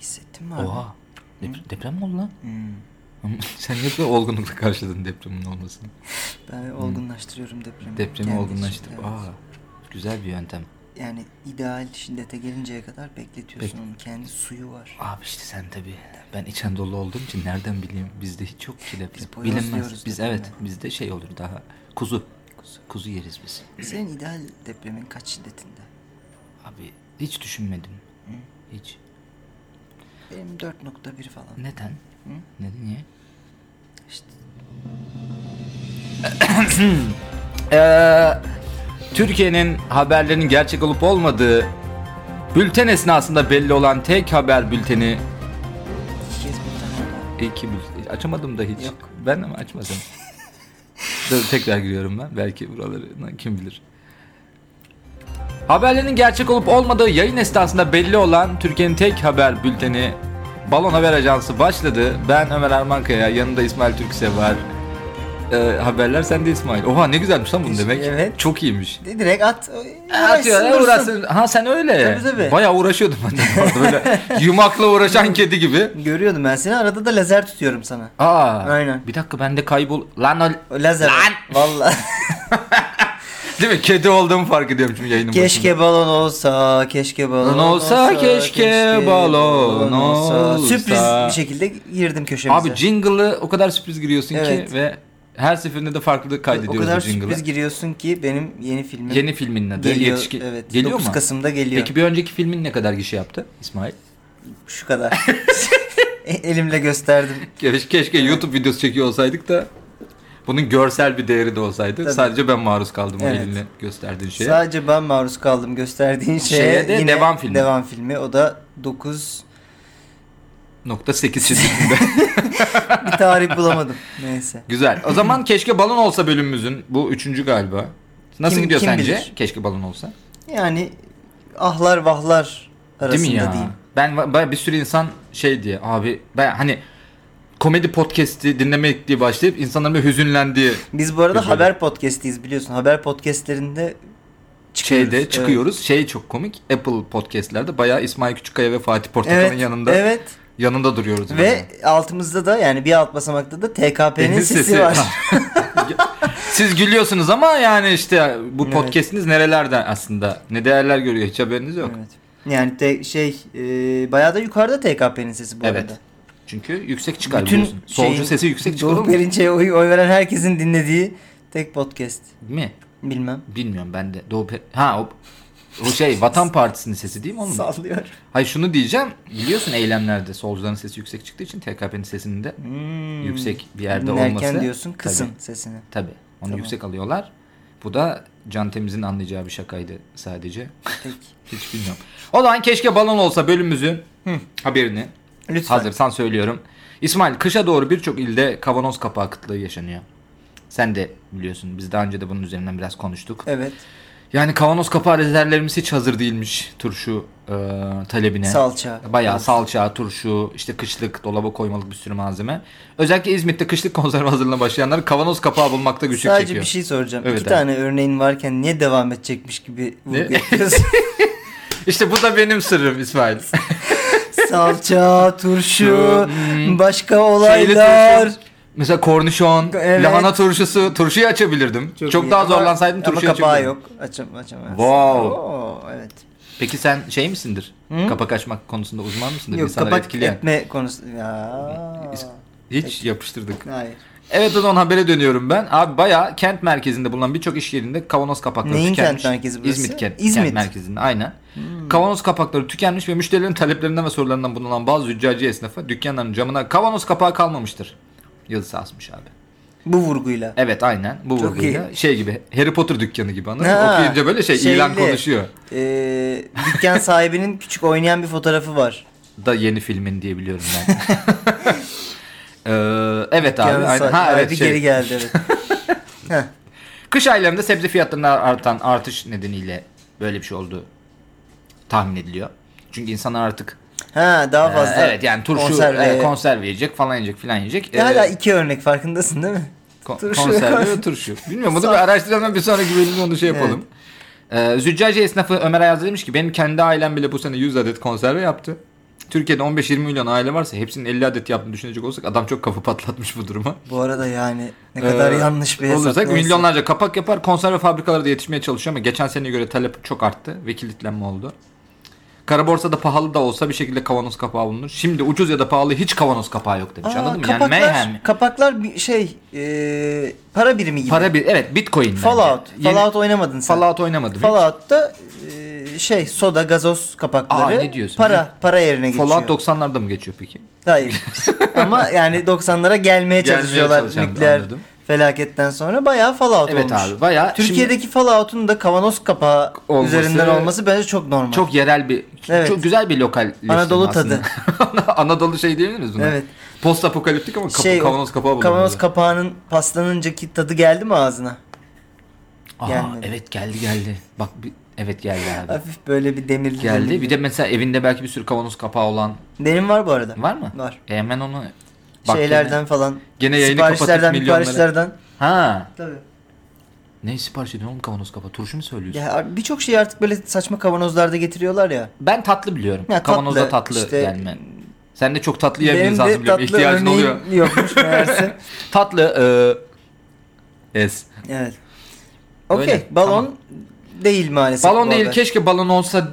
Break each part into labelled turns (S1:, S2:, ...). S1: hissettin mi abi? Hmm.
S2: Oha. Dep- deprem mi oldu lan? Sen ne kadar olgunlukla karşıladın depremin olmasını.
S1: Ben olgunlaştırıyorum depremi.
S2: Hmm. Depremi
S1: Kendi
S2: olgunlaştırıp
S1: için, evet.
S2: aa güzel bir yöntem.
S1: Yani ideal şiddete gelinceye kadar bekletiyorsun onu. Kendi suyu var.
S2: Abi işte sen tabii. Ben İç Anadolu olduğum için nereden bileyim? Bizde hiç yok ki deprem.
S1: Biz boyoz diyoruz
S2: Bilinmez. Biz
S1: depreme.
S2: evet bizde şey olur daha kuzu. Kuzu, yeriz biz.
S1: Senin ideal depremin kaç şiddetinde?
S2: Abi hiç düşünmedim. Hiç.
S1: Benim 4.1 falan.
S2: Neden? Neden niye?
S1: İşte
S2: Ee, Türkiye'nin haberlerinin gerçek olup olmadığı bülten esnasında belli olan tek haber bülteni
S1: iki kez bir tane daha.
S2: iki bülten açamadım da hiç.
S1: Yok.
S2: Ben ama açmadım. Dur tekrar giriyorum ben. Belki buraları lan kim bilir. Haberlerin gerçek olup olmadığı yayın esnasında belli olan Türkiye'nin tek haber bülteni Balon Haber Ajansı başladı. Ben Ömer Armankaya, yanında İsmail Türkse var. Ee, haberler sende İsmail. Oha ne güzelmiş lan bunu demek.
S1: Evet.
S2: Çok iyiymiş.
S1: De direkt at.
S2: Atıyor
S1: uğraşsın,
S2: ya,
S1: dursun.
S2: uğraşsın. Ha sen öyle.
S1: Tabii, tabii.
S2: Bayağı uğraşıyordum ben de bu arada. böyle yumakla uğraşan kedi gibi.
S1: Görüyordum ben seni. Arada da lazer tutuyorum sana.
S2: Aa.
S1: Aynen.
S2: Bir dakika ben de kaybol. Lan öyle.
S1: O lazer.
S2: Lan!
S1: Vallahi.
S2: Değil mi? Kedi olduğumu fark ediyorum şimdi yayının başında.
S1: keşke balon olsa, keşke balon
S2: Balon olsa, keşke balon olsa.
S1: Sürpriz bir şekilde girdim köşemize.
S2: Abi jingle'ı o kadar sürpriz giriyorsun
S1: Evet.
S2: ki ve her seferinde de farklı
S1: O
S2: kaydediyoruz
S1: kadar
S2: bu jingle'ı.
S1: sürpriz giriyorsun ki benim yeni filmim
S2: Yeni filmin adı
S1: geliyor.
S2: yetişkin.
S1: Evet.
S2: Geliyor
S1: 9
S2: mu?
S1: Kasım'da geliyor.
S2: Peki bir önceki filmin ne kadar gişe yaptı İsmail?
S1: Şu kadar. E- Elimle gösterdim.
S2: Keşke, keşke YouTube videosu çekiyor olsaydık da bunun görsel bir değeri de olsaydı.
S1: Tabii.
S2: Sadece ben maruz kaldım
S1: Evet.
S2: o elinle gösterdiğin şeye.
S1: Sadece ben maruz kaldım gösterdiğin şeye.
S2: Şeye de
S1: Yine
S2: devam filmi.
S1: Devam filmi. O da 9
S2: Nokta 8 şiddetinde.
S1: bir tarih bulamadım. Neyse.
S2: Güzel. O zaman keşke balon olsa bölümümüzün. Bu üçüncü galiba. Nasıl
S1: Kim-
S2: gidiyor
S1: kim
S2: sence?
S1: bilir?
S2: Keşke balon olsa.
S1: Yani ahlar vahlar arasında
S2: Değil mi ya?
S1: diyeyim.
S2: Ben, ben bir sürü insan şey diye abi ben hani komedi podcast'i dinlemek diye başlayıp insanların böyle hüzünlendiği
S1: Biz bu arada
S2: Biz böyle-
S1: haber podcastiyiz biliyorsun. Haber podcastlerinde çıkıyoruz.
S2: şeyde
S1: Evet.
S2: çıkıyoruz. Şey çok komik. Apple podcast'lerde bayağı İsmail Küçükkaya ve Fatih Portakal'ın
S1: Evet.
S2: yanında
S1: Evet.
S2: yanında duruyoruz.
S1: Ve altımızda da yani bir alt basamakta da TKP'nin
S2: Benim
S1: sesi, var.
S2: Siz gülüyorsunuz ama yani işte bu
S1: Evet.
S2: podcast'iniz nerelerden aslında? Ne değerler görüyor hiç haberiniz yok.
S1: Evet. Yani te- şey e, bayağı da yukarıda TKP'nin sesi bu
S2: Evet.
S1: arada.
S2: Çünkü yüksek çıkar
S1: Bütün
S2: biliyorsun. Solcu
S1: şeyin-
S2: sesi yüksek çıkar
S1: Doğu
S2: olur mu?
S1: Perinçe'ye oy, oy veren herkesin dinlediği tek podcast.
S2: mi?
S1: Bilmem.
S2: Bilmiyorum ben de. Doğu Pe- ha o, o şey Vatan Partisi'nin sesi değil mi oğlum?
S1: Sallıyor.
S2: Hayır şunu diyeceğim. Biliyorsun eylemlerde solcuların sesi yüksek çıktığı için TKP'nin sesinin de
S1: Hmm.
S2: yüksek bir yerde
S1: Dinlerken
S2: olması.
S1: diyorsun kısın sesini.
S2: Tabii. tabii. Onu
S1: Tamam.
S2: yüksek alıyorlar. Bu da Can Temiz'in anlayacağı bir şakaydı sadece.
S1: Peki.
S2: Hiç bilmiyorum. O zaman keşke balon olsa bölümümüzün haberini
S1: Lütfen.
S2: hazırsan söylüyorum. İsmail kışa doğru birçok ilde kavanoz kapağı kıtlığı yaşanıyor. Sen de biliyorsun biz daha önce de bunun üzerinden biraz konuştuk.
S1: Evet.
S2: Yani kavanoz kapağı rezervlerimiz hiç hazır değilmiş turşu e, talebine.
S1: Salça.
S2: Bayağı
S1: Evet.
S2: salça, turşu, işte kışlık, dolaba koymalık bir sürü malzeme. Özellikle İzmit'te kışlık konserve hazırlığına başlayanlar kavanoz kapağı bulmakta güçlük
S1: Sadece
S2: çekiyor.
S1: bir şey soracağım.
S2: Evet
S1: İki
S2: abi.
S1: tane örneğin varken niye devam edecekmiş gibi vurgu
S2: Ne?
S1: yapıyorsun? şey-
S2: İşte bu da benim sırrım İsmail.
S1: Salça, turşu,
S2: Hmm.
S1: başka
S2: Şeyli
S1: olaylar.
S2: turşu. Mesela kornişon,
S1: Evet.
S2: lahana turşusu, turşuyu açabilirdim. Çok,
S1: iyi.
S2: daha
S1: Ama-
S2: zorlansaydım turşuyu
S1: Ama kapağı
S2: açabilirdim.
S1: yok. Açam, açamaz.
S2: Wow.
S1: Oo, evet.
S2: Peki sen şey misindir?
S1: Hı?
S2: Kapak açmak konusunda uzman mısındır?
S1: Yok
S2: İnsanları
S1: kapak
S2: etkileyen.
S1: etme konusu. Ya.
S2: Hiç yapıştırdık.
S1: Hayır.
S2: Evet o zaman habere dönüyorum ben. Abi bayağı kent merkezinde bulunan birçok iş yerinde kavanoz kapakları
S1: Neyin
S2: tükenmiş.
S1: kent merkezi burası?
S2: İzmit kent,
S1: İzmit. Hmm.
S2: kent merkezinde aynen. Kavanoz kapakları tükenmiş ve müşterilerin taleplerinden ve sorularından bulunan bazı züccaci esnafı dükkanların camına kavanoz kapağı kalmamıştır. Yazısı asmış abi.
S1: Bu vurguyla.
S2: Evet aynen bu
S1: Çok
S2: vurguyla. Şey gibi Harry Potter dükkanı gibi anladın mı?
S1: Ha,
S2: Okuyunca böyle şey ilan
S1: şeyli.
S2: konuşuyor.
S1: Ee, dükkan sahibinin küçük oynayan bir fotoğrafı var.
S2: Da yeni filmin diye biliyorum ben. Ee, evet abi.
S1: Dükkanın
S2: Aynen.
S1: sahibi
S2: Ha, evet, şey.
S1: geri geldi evet. Heh,
S2: Kış aylarında sebze fiyatlarında artan artış nedeniyle böyle bir şey olduğu tahmin ediliyor. Çünkü insanlar artık
S1: ha daha fazla.
S2: e, evet yani turşu
S1: konserve-
S2: konserve, konserve yiyecek falan yiyecek filan yiyecek. E,
S1: Ya Hala iki örnek farkındasın değil mi?
S2: kon-
S1: turşu.
S2: Konserve ve turşu. Bilmiyorum bunu bir araştıralım bir sonraki bölümde onu şey yapalım. E, züccaci esnafı Ömer Ayaz demiş ki benim kendi ailem bile bu sene 100 adet konserve yaptı. Türkiye'de 15-20 milyon aile varsa hepsinin 50 adet yaptığını düşünecek olsak adam çok kafa patlatmış bu duruma.
S1: Bu arada yani ne kadar
S2: Ee,
S1: yanlış bir hesap.
S2: Olursak
S1: neyse.
S2: milyonlarca kapak yapar. Konserve fabrikaları da yetişmeye çalışıyor ama geçen seneye göre talep çok arttı ve kilitlenme oldu. Kara borsada pahalı da olsa bir şekilde kavanoz kapağı bulunur. Şimdi ucuz ya da pahalı hiç kavanoz kapağı yok demiş.
S1: Aa,
S2: Anladın mı? Yani
S1: kapaklar,
S2: mayhem.
S1: kapaklar bir şey e, para birimi gibi.
S2: Para bir evet Bitcoin. bence.
S1: Fallout.
S2: Yeni-
S1: Fallout oynamadın sen.
S2: Fallout oynamadım. Fallout,
S1: Fallout'ta e, şey soda gazoz kapakları
S2: Aa, ne diyorsun?
S1: para para yerine geçiyor.
S2: Fallout 90'larda mı geçiyor peki?
S1: Hayır. Ama yani 90'lara gelmeye çalışıyorlar
S2: çalışan,
S1: nükleer
S2: anladım.
S1: felaketten sonra bayağı Fallout
S2: Evet
S1: olmuş.
S2: abi, bayağı.
S1: Türkiye'deki Fallout'un da kavanoz kapağı
S2: Olması-
S1: üzerinden olması bence çok normal.
S2: Çok yerel bir
S1: Evet.
S2: çok güzel bir lokal
S1: Anadolu
S2: aslında. Anadolu şey diyebilir miyiz buna?
S1: Evet.
S2: Post apokaliptik ama kapı-
S1: Şey, o
S2: kavanoz kapağı bulundu.
S1: Kavanoz kapağının paslanıncaki tadı geldi mi ağzına?
S2: Aha,
S1: gelmedi.
S2: evet geldi geldi. Bak bir, evet geldi abi.
S1: Hafif böyle bir demirli.
S2: geldi.
S1: demirli.
S2: Bir de mesela evinde belki bir sürü kavanoz kapağı olan
S1: Benim var bu arada.
S2: var mı?
S1: Var.
S2: E hemen onu bak
S1: Şeylerden
S2: Gene.
S1: falan.
S2: Gene yayını
S1: siparişlerden,
S2: kapatıp milyonları-
S1: siparişlerden.
S2: Ha.
S1: Tabii.
S2: Ne sipariş ediyorsun oğlum kavanoz kapağı? Turşu mu söylüyorsun?
S1: Ya birçok şeyi artık böyle saçma kavanozlarda getiriyorlar ya.
S2: Ben tatlı biliyorum.
S1: Ya
S2: Kavanozda
S1: tatlı,
S2: tatlı,
S1: işte-
S2: gelme. Sen de çok tatlı
S1: Benim
S2: yemeniz lazım
S1: de
S2: biliyorum.
S1: tatlı
S2: İhtiyacın
S1: örneğim
S2: oluyor.
S1: yokmuş meğerse.
S2: Tatlı e, es.
S1: Evet.
S2: Öyle,
S1: Okey. Balon
S2: tamam.
S1: değil maalesef.
S2: Balon
S1: bu
S2: değil
S1: haber.
S2: keşke balon olsa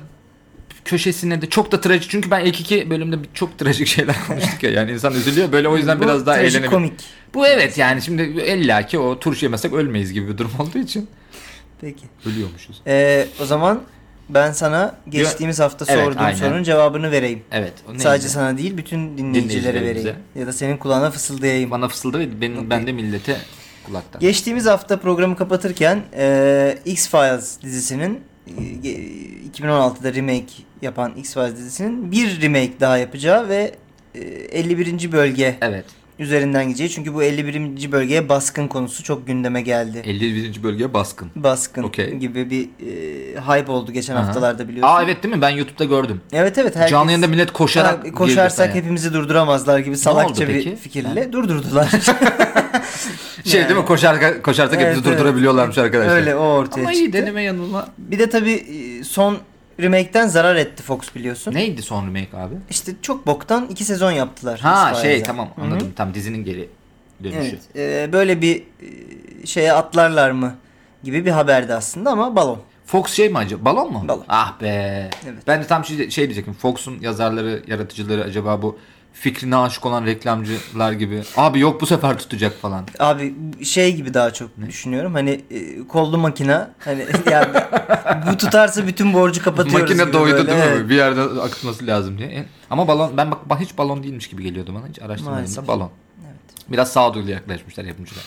S2: köşesine de çok da trajik. Çünkü ben ilk iki bölümde bir- çok trajik şeyler konuştuk ya. Yani insan üzülüyor. Böyle o yüzden
S1: Bu
S2: biraz daha
S1: trajik
S2: eğlenelim.
S1: komik.
S2: Bu evet yani şimdi illa ki o turşu yemesek ölmeyiz gibi bir durum olduğu için
S1: Peki.
S2: ölüyormuşuz.
S1: Ee, o zaman ben sana geçtiğimiz hafta
S2: Evet,
S1: sorduğum
S2: aynen.
S1: sorunun cevabını vereyim.
S2: Evet. o neydi?
S1: Sadece sana değil bütün dinleyicilere
S2: Dinleyicilerimize.
S1: vereyim. Ya da senin kulağına fısıldayayım.
S2: bana fısıldı ve benim ben de millete kulaktan.
S1: Geçtiğimiz hafta programı kapatırken e, X-Files dizisinin e, ge- 2016'da remake yapan X-Files dizisinin bir remake daha yapacağı ve e, 51. bölge
S2: evet.
S1: üzerinden gideceği. Çünkü bu 51. bölgeye baskın konusu çok gündeme geldi.
S2: 51. bölgeye baskın.
S1: baskın
S2: Okey.
S1: gibi bir e, hype oldu geçen
S2: Aha.
S1: haftalarda biliyorsun.
S2: Aa evet değil mi? Ben YouTube'da gördüm.
S1: Evet evet. Herkes,
S2: Canlı yayında millet koşarak
S1: Ha,
S2: girdi
S1: koşarsak
S2: sahaya.
S1: hepimizi durduramazlar gibi
S2: oldu
S1: salakça
S2: peki?
S1: bir fikirle durdurdular.
S2: Şey
S1: Yani.
S2: değil mi? Koşar, koşarsak
S1: Evet,
S2: hepimizi
S1: evet.
S2: durdurabiliyorlarmış arkadaşlar.
S1: Öyle o ortaya
S2: Ama iyi
S1: çıktı.
S2: deneme yanılma.
S1: Bir de tabii e, son remake'ten zarar etti Fox biliyorsun.
S2: Neydi son remake abi?
S1: İşte çok boktan iki sezon yaptılar.
S2: Ha
S1: X-Files'e.
S2: şey tamam
S1: Hı hı.
S2: anladım. şey. Tam dizinin geri dönüşü.
S1: Evet, e, böyle bir e, şeye atlarlar mı gibi bir haberdi aslında ama balon.
S2: Fox şey mi acaba? Balon mu?
S1: Balon.
S2: Ah be.
S1: Evet.
S2: Ben de tam şey, şey diyecektim. Fox'un yazarları, yaratıcıları acaba bu fikrine aşık olan reklamcılar gibi. Abi yok bu sefer tutacak falan.
S1: Abi şey gibi daha çok düşünüyorum. Hani e, kollu makina hani yani bu tutarsa bütün borcu kapatıyoruz
S2: Makine
S1: gibi
S2: doydu
S1: böyle.
S2: değil mi?
S1: Evet.
S2: Bir yerde akıtması lazım diye. E, Ama balon ben bak bak hiç balon değilmiş gibi geliyordu bana. Hiç araştırmadım
S1: Maalesef.
S2: da balon.
S1: Evet.
S2: Biraz sağduyulu yaklaşmışlar yapımcılar.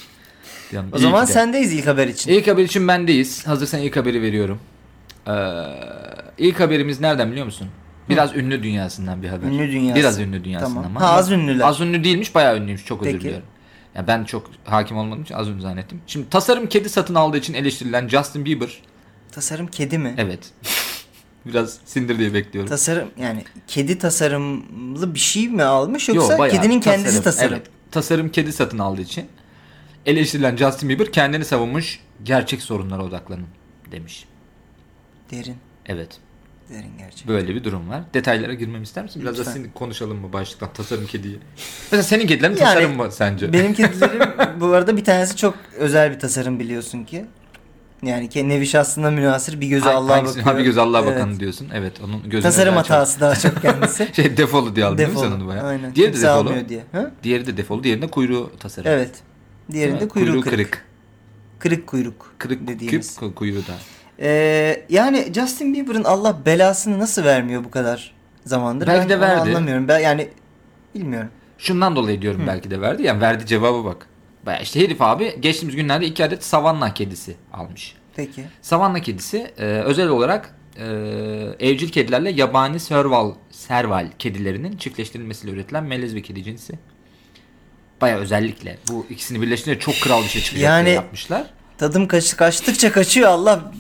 S2: Yani
S1: O
S2: iyi
S1: zaman
S2: ki de.
S1: sendeyiz ilk haber için.
S2: İlk haber için bendeyiz. Hazırsan ilk haberi veriyorum. Ee, ilk haberimiz nereden biliyor musun? Biraz ünlü dünyasından bir haber.
S1: Ünlü dünyası.
S2: Biraz ünlü dünyasından
S1: Tamam.
S2: ama.
S1: Ha, az ünlüler.
S2: Az ünlü değilmiş bayağı ünlüymüş çok özür
S1: Peki.
S2: diliyorum. Ya ben çok hakim olmadığım için az ünlü zannettim. Şimdi tasarım kedi satın aldığı için eleştirilen Justin Bieber.
S1: Tasarım kedi mi?
S2: E- Evet. Biraz sindir diye bekliyorum.
S1: Tasarım yani kedi tasarımlı bir şey mi almış yoksa kedinin kendisi tasarım?
S2: Evet, tasarım kedi satın aldığı için eleştirilen Justin Bieber kendini savunmuş. Gerçek sorunlara odaklanın demiş.
S1: Derin.
S2: Evet.
S1: Derin gerçekten.
S2: Böyle bir durum var. Detaylara girmemi ister misin? Biraz da
S1: Lütfen.
S2: senin konuşalım mı başlıktan tasarım kediyi? Mesela senin kedilerin
S1: Yani
S2: tasarım mı sence?
S1: Benim kedilerim bu arada bir tanesi çok özel bir tasarım biliyorsun ki. Yani ke- nevi şahsına münasır bir gözü
S2: Hang-
S1: Allah'a
S2: hangisi-
S1: bakıyor.
S2: Ha bir göz Allah'a
S1: Evet.
S2: bakanı diyorsun. Evet onun gözüne
S1: Tasarım
S2: özel çok-
S1: hatası daha çok kendisi.
S2: Şey defolu diye aldın değil mi sen onu bayağı?
S1: Aynen.
S2: Diğeri de
S1: Kimse
S2: defolu.
S1: almıyor diye. Ha?
S2: Diğeri de defolu. Diğerinde kuyruğu tasarım.
S1: Evet. Diğerinde
S2: Değil mi?
S1: kuyruğu, kırık. kırık.
S2: kırık.
S1: kuyruk.
S2: Kırık
S1: dediğimiz.
S2: küp kuyruğu da.
S1: Ee, yani Justin Bieber'ın Allah belasını nasıl vermiyor bu kadar zamandır?
S2: Belki
S1: ben
S2: de
S1: onu
S2: verdi.
S1: anlamıyorum. Ben yani bilmiyorum.
S2: Şundan dolayı diyorum belki de verdi. Yani verdi cevabı bak. Bayağı işte herif abi geçtiğimiz günlerde iki adet savanna kedisi almış.
S1: Peki.
S2: Savanna kedisi e, özel olarak e, evcil kedilerle yabani serval serval kedilerinin çiftleştirilmesiyle üretilen melez bir kedi cinsi. Baya özellikle bu ikisini birleştirince çok kral bir şey çıkacak
S1: Yani-
S2: diye yapmışlar.
S1: Tadım kaç, kaçtıkça kaçıyor Allah.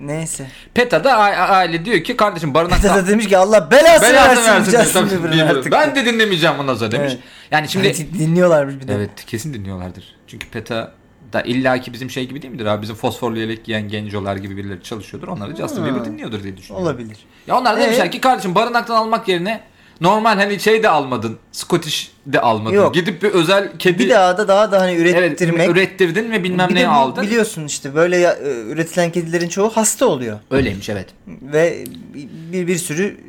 S1: Neyse.
S2: PETA da a- a- aile diyor ki kardeşim
S1: Hatta
S2: barınakta
S1: da demiş ki Allah belasını,
S2: belasını
S1: versin,
S2: versin. diyor.
S1: Justin
S2: Tabii,
S1: Bieber'ın
S2: Bieber.
S1: artık.
S2: Ben de Hani dinlemeyeceğim ondan sonra demiş.
S1: Evet.
S2: Yani şimdi evet.
S1: Şimdi dinliyorlarmış bir de.
S2: kesin dinliyorlardır. Çünkü PETA da illaki bizim şey gibi değil midir abi? Bizim fosforlu yelek giyen gencolar gibi birileri çalışıyordur. Onları Justin
S1: Ha.
S2: Bieber dinliyordur diye düşünüyorum.
S1: Olabilir.
S2: Ya onlar
S1: Ee?
S2: demişler ki kardeşim barınaktan almak yerine normal hani şey de almadın. Scottish de almadın.
S1: Yok.
S2: Gidip bir özel kedi
S1: Bir daha da daha da hani
S2: evet,
S1: ürettirmek.
S2: ürettirdin ve bilmem
S1: Bir de
S2: neyi
S1: bu-
S2: aldın.
S1: Biliyorsun işte böyle ya- e, üretilen kedilerin çoğu hasta oluyor
S2: Öyleymiş evet.
S1: ve bir bir sürü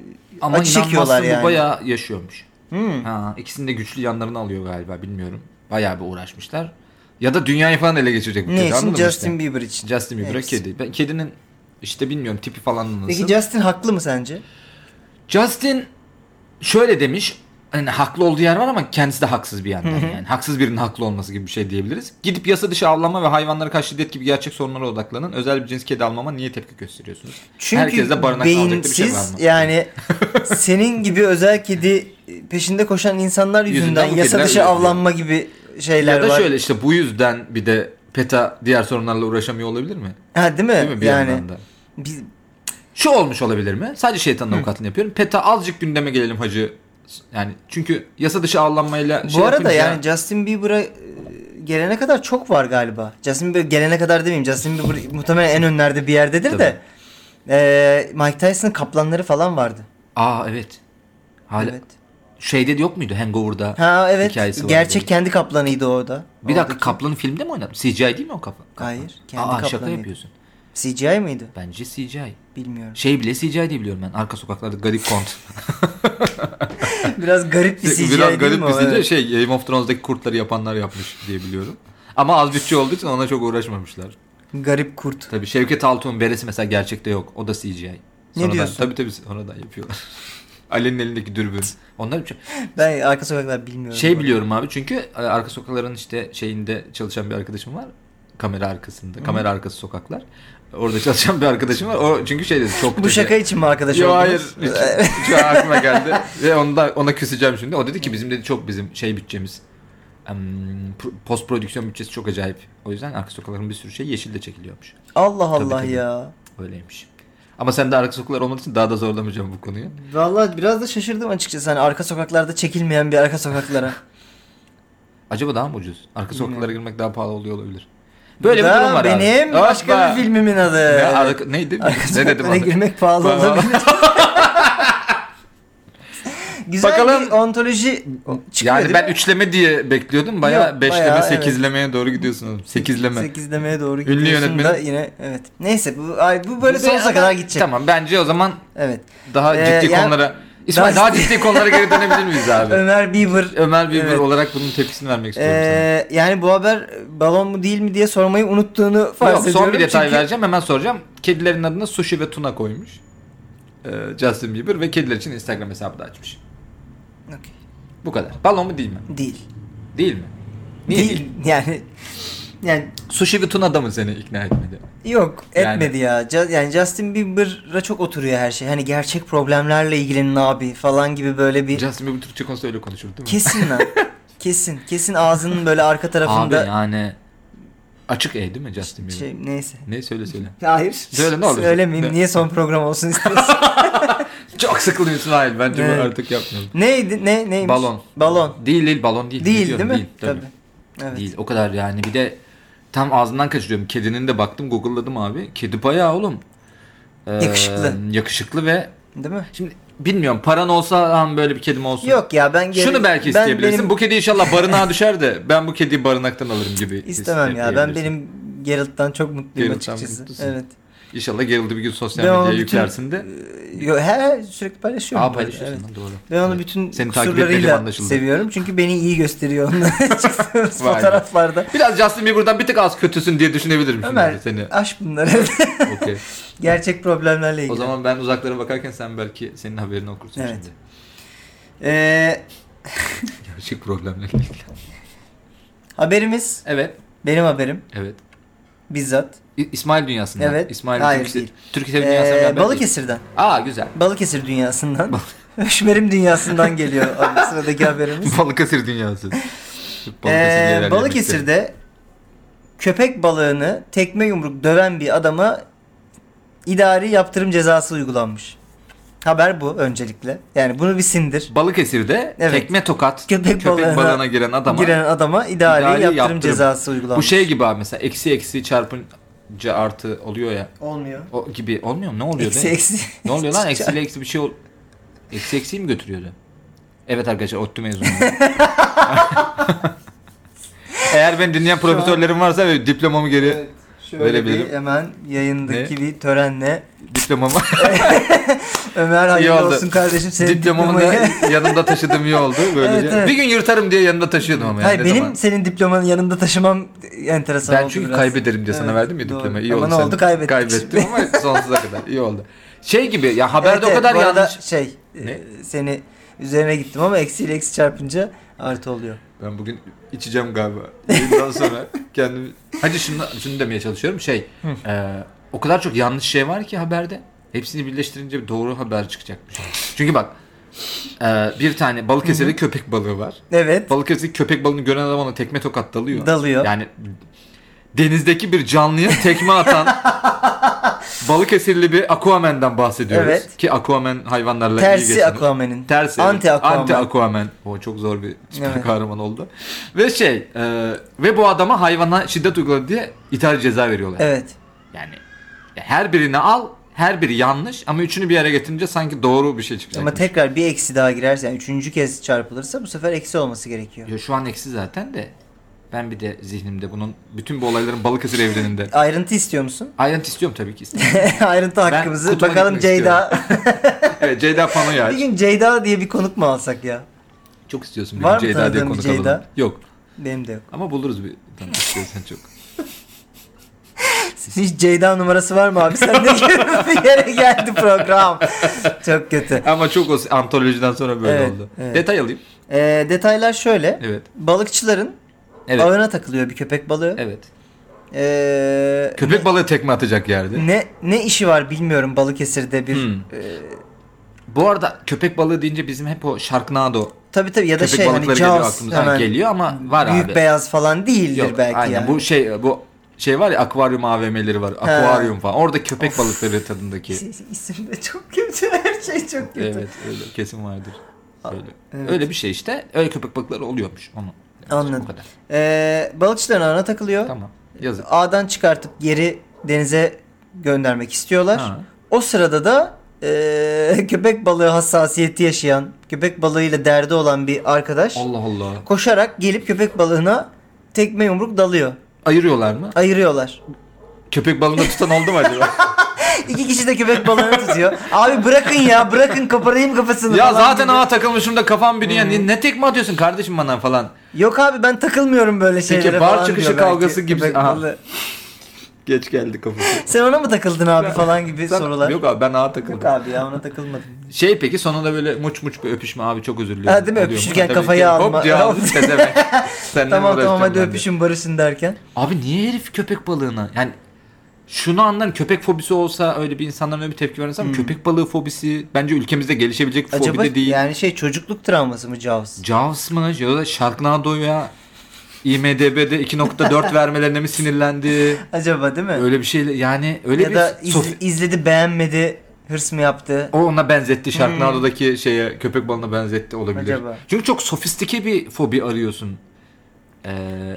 S2: Ama
S1: acı
S2: inanmazsın
S1: çekiyorlar
S2: bu
S1: yani.
S2: bayağı yaşıyormuş.
S1: Hmm.
S2: Ha, ikisini de güçlü yanlarını alıyor galiba bilmiyorum. Bayağı bir uğraşmışlar. Ya da dünyayı falan ele geçirecek bu
S1: Ne
S2: kedi
S1: için?
S2: anladın mı
S1: Justin
S2: işte?
S1: Bieber için.
S2: Justin Bieber'a
S1: Hepsi.
S2: kedi. Ben, kedinin işte bilmiyorum tipi falan nasıl.
S1: Peki Justin haklı mı sence?
S2: Justin şöyle demiş. Hani haklı olduğu yer var ama kendisi de haksız bir yandan yani. Haksız birinin haklı olması gibi bir şey diyebiliriz. Gidip yasa dışı avlanma ve hayvanlara karşı şiddet gibi gerçek sorunlara odaklanın. Özel bir cins kedi almama niye tepki gösteriyorsunuz? Herkes de barınak alacak bir şey var mı?
S1: beyinsiz yani senin gibi özel kedi peşinde koşan insanlar
S2: Yüzünden
S1: yüzünden,
S2: bu
S1: yasa
S2: kediler
S1: dışı
S2: üretiyor.
S1: avlanma gibi şeyler
S2: Ya da
S1: var.
S2: şöyle işte bu yüzden bir de PETA diğer sorunlarla uğraşamıyor olabilir mi?
S1: Ha değil mi?
S2: Değil mi bir
S1: yani
S2: yandan da?
S1: biz
S2: Şu olmuş olabilir mi? Sadece şeytanın avukatlığını yapıyorum. PETA azıcık gündeme gelelim hacı. Yani çünkü yasa dışı avlanmayla
S1: Bu
S2: şey
S1: arada
S2: yapınca-
S1: yani Justin Bieber'a e, gelene kadar çok var galiba. Justin Bieber gelene kadar demeyeyim. Justin Bieber muhtemelen en önlerde bir yerdedir de. E, Mike Tyson'ın kaplanları falan vardı.
S2: Aa evet. Hala
S1: Evet.
S2: şeyde de yok muydu Hangover'da?
S1: Ha evet.
S2: Hikayesi var
S1: Gerçek
S2: böyle.
S1: kendi kaplanıydı o da.
S2: Bir dakika
S1: Oradaki.
S2: Kaplan'ı filmde mi oynadı? CGI değil mi o kafa? Kaplan?
S1: Hayır, kendi
S2: Aa şaka
S1: Kaplan'ıydı.
S2: yapıyorsun.
S1: CGI miydi?
S2: Bence CGI.
S1: Bilmiyorum.
S2: Şey bile CGI diye biliyorum ben. Arka sokaklarda garip kont.
S1: Biraz garip bir CGI
S2: Şey- Biraz
S1: değil
S2: garip
S1: mi
S2: bir
S1: o?
S2: CGI.
S1: Evet.
S2: Şey Game of Thrones'daki kurtları yapanlar yapmış diye biliyorum. Ama az bütçe olduğu için ona çok uğraşmamışlar.
S1: Garip kurt.
S2: Tabii Şevket Altun'un beresi mesela gerçekte yok. O da CGI. Sonradan,
S1: diyorsun?
S2: Tabii tabii sonradan yapıyorlar. Ali'nin elindeki dürbün. Onlar çok...
S1: Ben arka sokaklar bilmiyorum.
S2: Şey
S1: bu
S2: biliyorum abi çünkü e, arka sokakların işte şeyinde çalışan bir arkadaşım var. Kamera arkasında. Kamera arkası sokaklar. Orada çalışan bir arkadaşım var. O çünkü şey dedi çok
S1: arada. Bu
S2: dedi.
S1: şaka için mi arkadaş
S2: Yo,
S1: oldunuz?
S2: hayır. Hiç, hiç aklıma geldi. Ve onda, ona küseceğim şimdi. O dedi ki bizim dedi çok bizim şey bütçemiz. em, pro- post prodüksiyon bütçesi çok acayip. O yüzden arka sokakların bir sürü şey yeşilde çekiliyormuş.
S1: Allah Allah
S2: Tabii, tabii.
S1: ya.
S2: Öyleymiş. Ama sen de arka sokaklar olmadığı için daha da zorlamayacağım bu konuyu.
S1: Vallahi biraz da şaşırdım açıkçası. Hani arka sokaklarda çekilmeyen bir arka sokaklara.
S2: Acaba daha mı ucuz? Arka sokaklara girmek daha pahalı oluyor olabilir.
S1: Böyle
S2: Böyle bir durum var abi.
S1: benim
S2: Hoppa.
S1: başka bir filmimin adı.
S2: Ne, arka- neydi? ne dedim
S1: Sokaklara
S2: adı?
S1: girmek pahalı
S2: Pahalı.
S1: olabilir. Güzel
S2: Bakalım.
S1: bir ontoloji çıkıyor
S2: Yani ben üçleme diye bekliyordum. Bayağı
S1: Yok,
S2: beşleme,
S1: bayağı, evet.
S2: sekizlemeye doğru gidiyorsunuz. Sekizleme.
S1: 8'lemeye doğru
S2: Ünlü
S1: gidiyorsun
S2: yönetmenin-
S1: da yine evet. Neyse bu ay bu böyle
S2: Bu
S1: sonsuza
S2: ama-
S1: kadar gidecek.
S2: Tamam bence o zaman
S1: Evet.
S2: daha
S1: Ee,
S2: ciddi
S1: yani-
S2: konulara... İsmail
S1: Daha
S2: daha ciddi konulara geri dönebilir miyiz abi?
S1: Ömer Bieber
S2: Ömer Bieber
S1: Evet.
S2: olarak bunun tepkisini vermek istiyorum sana.
S1: ee, yani bu haber balon mu değil mi diye sormayı unuttuğunu farz
S2: Yok,
S1: ediyorum.
S2: son bir detay
S1: çünkü-
S2: vereceğim hemen soracağım. Kedilerin adına Sushi ve Tuna koymuş. Ee, Justin Bieber ve kediler için Instagram hesabı da açmış.
S1: Okey.
S2: Bu kadar. Balon mu değil mi?
S1: Değil.
S2: Değil mi? Niye değil?
S1: değil. Yani yani
S2: Sushi ve Tuna da mı seni ikna etmedi?
S1: Yok
S2: Yani-
S1: etmedi ya. Ju- Yani Justin Bieber'a çok oturuyor her şey. Hani gerçek problemlerle ilgilenin abi falan gibi böyle bir...
S2: Justin Bieber Türkçe konusunda öyle konuşur değil mi?
S1: Kesin lan. kesin. Kesin ağzının böyle arka
S2: Abi
S1: tarafında
S2: yani açık E değil mi Justin Bieber?
S1: şey neyse.
S2: Ne söyle söyle.
S1: Hayır.
S2: Söyle, ne olur.
S1: Söylemeyeyim.
S2: Ne?
S1: Niye son program olsun istiyorsun?
S2: Çok sıkıldım İsmail bence
S1: Evet.
S2: bunu artık yapmayalım.
S1: Neydi? Ne, neymiş?
S2: Balon.
S1: Balon.
S2: Değil değil balon değil.
S1: Değil
S2: Biliyorum,
S1: değil mi?
S2: Değil, tabii.
S1: Evet.
S2: Değil o kadar yani bir de tam ağzından kaçırıyorum. Kedinin de baktım google'ladım abi. Kedi bayağı oğlum. Ee,
S1: Yakışıklı.
S2: Yakışıklı ve
S1: Değil mi?
S2: şimdi bilmiyorum paran olsa lan böyle bir kedim olsun.
S1: Yok ya ben geri-
S2: Şunu belki
S1: ben
S2: isteyebilirsin.
S1: benim-
S2: Bu kedi inşallah barınağa düşer de ben bu kediyi barınaktan alırım gibi.
S1: istemem ya. Ben
S2: hissettirebilirsin.
S1: benim Geralt'tan çok mutluyum
S2: Geralt'tan
S1: açıkçası.
S2: mutlusun.
S1: Evet.
S2: İnşallah Gerald'ı bir gün sosyal
S1: Ben onu
S2: medyaya
S1: bütün-
S2: yüklersin de.
S1: Yo, he, sürekli paylaşıyorum.
S2: Aa
S1: bu arada,
S2: paylaşıyorsun lan, doğru.
S1: Ben onu
S2: Evet.
S1: bütün
S2: Seni takip etmediğim
S1: kusurlarıyla
S2: anlaşıldı.
S1: seviyorum. Çünkü beni iyi gösteriyor onların çıktığımız
S2: Vay be.
S1: fotoğraflarda.
S2: Biraz Justin Bieber'dan bir tık az kötüsün diye düşünebilirim şimdi
S1: Ömer
S2: seni.
S1: aş bunları.
S2: Okey.
S1: Gerçek problemlerle ilgili.
S2: O zaman ben uzaklara bakarken sen belki senin haberini okursun
S1: Evet.
S2: şimdi.
S1: Ee,
S2: Gerçek problemler ilgili.
S1: haberimiz
S2: Evet.
S1: benim haberim
S2: Evet.
S1: bizzat.
S2: İ- İsmail dünyasından.
S1: Evet.
S2: İsmail
S1: Hayır,
S2: Türkse-
S1: değil.
S2: Türkiye
S1: Ee,
S2: dünyasından. beraber değil.
S1: Balıkesir'den.
S2: Aa güzel.
S1: Balıkesir dünyasından. Öşmerim dünyasından geliyor abi sıradaki haberimiz.
S2: Balıkesir dünyası.
S1: Ee,
S2: yerel yemekleri.
S1: Balıkesir'de köpek balığını tekme yumruk döven bir adama idari yaptırım cezası uygulanmış. Haber bu öncelikle. Yani bunu bir sindir.
S2: Balıkesir'de
S1: Evet.
S2: tekme tokat
S1: Köpek
S2: köpek,
S1: balığına-
S2: balığına, giren adama
S1: Giren adama idari,
S2: İdari
S1: yaptırım,
S2: yaptırım.
S1: cezası uygulanmış.
S2: bu şey gibi abi mesela eksi eksi çarpınca artı oluyor ya.
S1: olmuyor.
S2: O gibi olmuyor mu? Ne oluyor?
S1: Eksi
S2: be?
S1: eksi.
S2: Ne oluyor lan? Eksiyle eksi bir şey ol. Eksi eksiyi mi götürüyordu? Evet arkadaşlar ODTÜ mezunuyum. Eğer ben dinleyen profesörlerim varsa ve diplomamı geri
S1: Evet, Şöyle bir
S2: verebilirim.
S1: hemen yayındaki bir törenle
S2: diplomamı
S1: Ömer hayırlı
S2: oldu.
S1: olsun kardeşim senin
S2: diplomamı da
S1: diplomayı.
S2: yanımda taşıdığım iyi oldu böylece.
S1: Evet, evet.
S2: Bir gün yırtarım diye yanımda taşıyordum ama yani
S1: Hayır
S2: ne
S1: benim
S2: zaman.
S1: senin diplomanı yanında taşımam enteresan
S2: Ben
S1: oldu
S2: çünkü
S1: biraz.
S2: kaybederim diye sana
S1: Evet,
S2: verdim ya
S1: doğru.
S2: diplomayı. İyi
S1: Ama
S2: oldu.
S1: ne
S2: sen
S1: oldu kaybettik.
S2: Kaybettim ama sonsuza kadar iyi oldu. Şey gibi ya
S1: Evet,
S2: haberde
S1: evet,
S2: o kadar
S1: bu arada
S2: yanlış.
S1: Şey e,
S2: Ne?
S1: seni üzerine gittim ama eksiyle eksi çarpınca artı oluyor.
S2: Ben bugün içeceğim galiba. Yayından sonra kendimi... Hadi şunu, şunu demeye çalışıyorum. Şey, e, o kadar çok yanlış şey var ki haberde. Hepsini birleştirince bir doğru haber çıkacakmış. Çünkü bak, e, bir tane Balıkesir'de köpek balığı var.
S1: Evet.
S2: Balıkesir'de köpek balığını gören adam ona tekme tokat dalıyor.
S1: Dalıyor.
S2: Yani denizdeki bir canlıya tekme atan Balıkesirli bir Aquaman'dan bahsediyoruz.
S1: Evet.
S2: Ki Aquaman hayvanlarla iyi
S1: Tersi
S2: geçinir.
S1: Aquaman'in.
S2: Tersi.
S1: Anti
S2: evet.
S1: Aquaman.
S2: Anti Aquaman. O çok zor bir süper
S1: Evet.
S2: kahraman oldu. Ve şey e, ve bu adama hayvana şiddet uyguladı diye ithal ceza veriyorlar.
S1: evet.
S2: Yani her birini al her biri yanlış ama üçünü bir yere getirince sanki doğru bir şey çıkacak.
S1: Ama tekrar bir eksi daha girerse yani üçüncü kez çarpılırsa bu sefer eksi olması gerekiyor.
S2: Ya şu an eksi zaten de ben bir de zihnimde bunun bütün bu olayların Balıkesir evreninde.
S1: Ayrıntı istiyor musun?
S2: Ayrıntı istiyorum tabii ki istiyorum.
S1: Ayrıntı hakkımızı.
S2: kutuma
S1: Bakalım
S2: gitmek
S1: Ceyda.
S2: evet Ceyda Panoya.
S1: bir gün Ceyda diye bir konuk mu alsak ya?
S2: Çok istiyorsun
S1: Var
S2: bir
S1: mı
S2: Ceyda diye
S1: tanıdığın bir
S2: konuk
S1: Ceyda?
S2: alalım. Yok.
S1: Benim de yok.
S2: Ama buluruz bir tane istiyorsan çok.
S1: Hiç Ceyda numarası var mı abi? Sen de bir yere geldi program. Çok kötü.
S2: Ama çok o antolojiden sonra böyle
S1: Evet,
S2: oldu.
S1: evet.
S2: Detay alayım.
S1: Ee, detaylar şöyle.
S2: Evet.
S1: Balıkçıların
S2: Evet.
S1: ağına takılıyor bir köpek balığı.
S2: Evet.
S1: Ee,
S2: Köpek balığı tekme atacak yerde.
S1: ne ne işi var bilmiyorum Balıkesir'de bir.
S2: Hmm.
S1: e,
S2: Bu arada köpek balığı deyince bizim hep o Sharknado
S1: tabii tabii ya da
S2: köpek
S1: şey
S2: balıkları
S1: hani
S2: geliyor
S1: Jaws
S2: aklımıza
S1: hemen
S2: geliyor ama var
S1: büyük
S2: abi.
S1: beyaz falan değildir
S2: Yok,
S1: belki
S2: aynen.
S1: yani.
S2: Bu şey bu şey var ya akvaryum AVM'leri var. Akvaryum falan. Orada köpek balıkları tadındaki.
S1: İs- İsim de çok kötü. Her şey çok kötü.
S2: Evet öyle kesin vardır. Öyle.
S1: evet.
S2: öyle bir şey işte. Öyle köpek balıkları oluyormuş onu.
S1: Anladım.
S2: Bu kadar.
S1: Ee, balıkçıların ağına takılıyor.
S2: Tamam. Yazık.
S1: Ağdan çıkartıp geri denize göndermek istiyorlar.
S2: Ha.
S1: O sırada da e, köpek balığı hassasiyeti yaşayan, köpek balığıyla derdi olan bir arkadaş
S2: Allah Allah.
S1: koşarak gelip köpek balığına tekme yumruk dalıyor.
S2: Ayırıyorlar mı?
S1: Ayırıyorlar.
S2: Köpek balığını tutan oldu mu acaba?
S1: İki kişi de köpek balığını tutuyor. Abi bırakın ya bırakın koparayım kafasını.
S2: ya
S1: falan
S2: zaten
S1: dedi.
S2: ağa takılmışım da kafam bir dünya. Ne- Ne tekme atıyorsun kardeşim bana falan.
S1: Yok abi ben takılmıyorum böyle şeylere
S2: bar
S1: falan
S2: çıkışı
S1: diyor belki
S2: kavgası gibi-
S1: köpek
S2: Aha.
S1: balığı.
S2: Geç geldi kafası.
S1: Sen ona mı takıldın abi falan gibi sorular.
S2: Yok abi ben ağa takıldım.
S1: Yok abi ya ona takılmadım.
S2: Şey peki sonunda böyle muç muç bir öpüşme abi çok özür diliyorum.
S1: Ha, değil mi?
S2: Oluyor mu?
S1: Öpüşürken
S2: Tabii
S1: kafayı
S2: ki.
S1: alma.
S2: Hop diye aldı
S1: Hop.
S2: tezeme.
S1: tamam
S2: Seninle
S1: tamam
S2: uğraşacağım
S1: hadi
S2: ben de.
S1: öpüşün barışın derken.
S2: Abi niye herif köpek balığına? Yani şunu anlarım köpek fobisi olsa öyle bir insandan öyle bir tepki verirse ama köpek balığı fobisi bence ülkemizde gelişebilecek bir fobi
S1: Acaba
S2: de değil.
S1: yani şey çocukluk travması mı Jaws?
S2: Jaws mı ya da Sharknado'ya IMDB'de 2.4 vermelerine mi sinirlendi?
S1: Acaba değil mi?
S2: Öyle bir şeyle yani öyle
S1: ya
S2: bir
S1: da iz-
S2: sof-
S1: izledi beğenmedi hırs mı yaptı?
S2: o ona benzetti Sharknado'daki şeye köpek balığına benzetti olabilir.
S1: Hmm. Acaba?
S2: Çünkü çok sofistike bir fobi arıyorsun. Ee,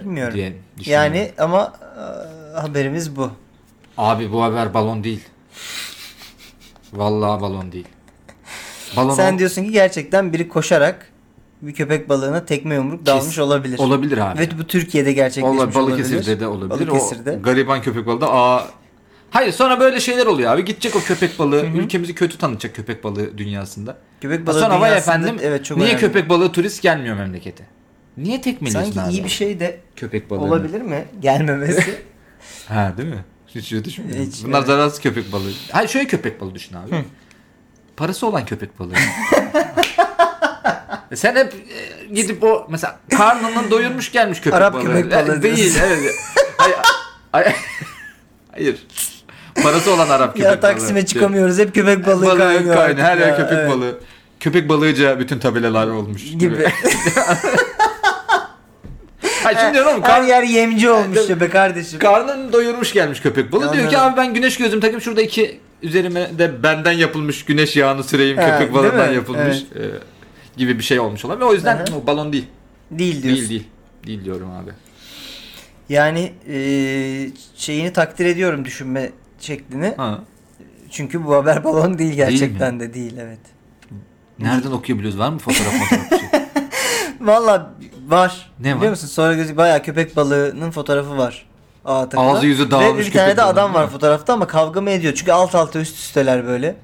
S1: Bilmiyorum.
S2: Diye düşünüyorum.
S1: Yani ama e, haberimiz bu.
S2: Abi bu haber balon değil. Vallahi balon değil. Balon
S1: Sen
S2: ol-
S1: diyorsun ki gerçekten biri koşarak bir köpek balığına tekme yumruk dalmış olabilir.
S2: olabilir abi.
S1: Ve bu Türkiye'de gerçekleşmiş
S2: Olabilir.
S1: olabilir.
S2: Balıkesir'de de olabilir.
S1: Balıkesir'de.
S2: O gariban köpek balığı da aa. Hayır sonra böyle şeyler oluyor abi. Gidecek o köpek balığı. Ülkemizi kötü tanıtacak köpek balığı dünyasında.
S1: Köpek balığı
S2: Sonra vay
S1: dünyasında-
S2: efendim
S1: evet, çok
S2: niye
S1: önemli.
S2: köpek balığı turist gelmiyor memlekete? Niye tekmeliyorsun
S1: Sanki
S2: abi?
S1: iyi bir şey de
S2: köpek balığı.
S1: olabilir mi? Gelmemesi.
S2: Ha değil mi? Hiç öyle düşünmüyorum.
S1: Hiç,
S2: Bunlar
S1: evet.
S2: zararsız köpek balığı. Hayır şöyle köpek balığı düşün abi. Parası olan köpek balığı. E Sen hep e, gidip o mesela karnını doyurmuş gelmiş köpek
S1: Arap
S2: balığı.
S1: köpek
S2: E,
S1: balığı
S2: Değil evet. Hayır. hayır. hayır. Parası olan Arap köpek
S1: ya
S2: balığı.
S1: Taksim'e çıkamıyoruz hep köpek balığı,
S2: Balığı
S1: kaynıyor.
S2: kaynıyor.
S1: artık
S2: Her yer
S1: ya,
S2: köpek
S1: evet.
S2: balığı. Köpek balığıca bütün tabelalar olmuş gibi.
S1: gibi.
S2: Hayır şimdi diyorum
S1: Her
S2: karnı
S1: yer yemci olmuş
S2: Evet.
S1: ya be kardeşim.
S2: Karnını doyurmuş gelmiş köpek balığı. Diyor ki
S1: Anladım.
S2: abi ben güneş gözüm takayım şurada iki üzerime de benden yapılmış güneş yağını süreyim
S1: Ha,
S2: köpek
S1: değil
S2: balığından
S1: mi?
S2: yapılmış e, gibi bir şey olmuş olan. Ve o yüzden
S1: Hı hı.
S2: o balon değil.
S1: Değil diyorsun.
S2: Değil değil. Değil diyorum abi.
S1: Yani e, şeyini takdir ediyorum düşünme şeklini.
S2: Ha.
S1: Çünkü bu haber balon değil
S2: mi?
S1: gerçekten de değil evet.
S2: Nereden okuyabiliyoruz? Var mı fotoğraf fotoğraf bir şey?
S1: Valla var.
S2: Ne var?
S1: Biliyor musun? Sonra gözü bayağı köpek balığının fotoğrafı var. Aa, takılı.
S2: Ağzı yüzü
S1: Ve
S2: dağılmış
S1: bir tane
S2: köpek
S1: de
S2: balığı,
S1: adam
S2: değil
S1: var
S2: mi?
S1: fotoğrafta ama kavga mı ediyor? Çünkü alt alta üst üsteler böyle.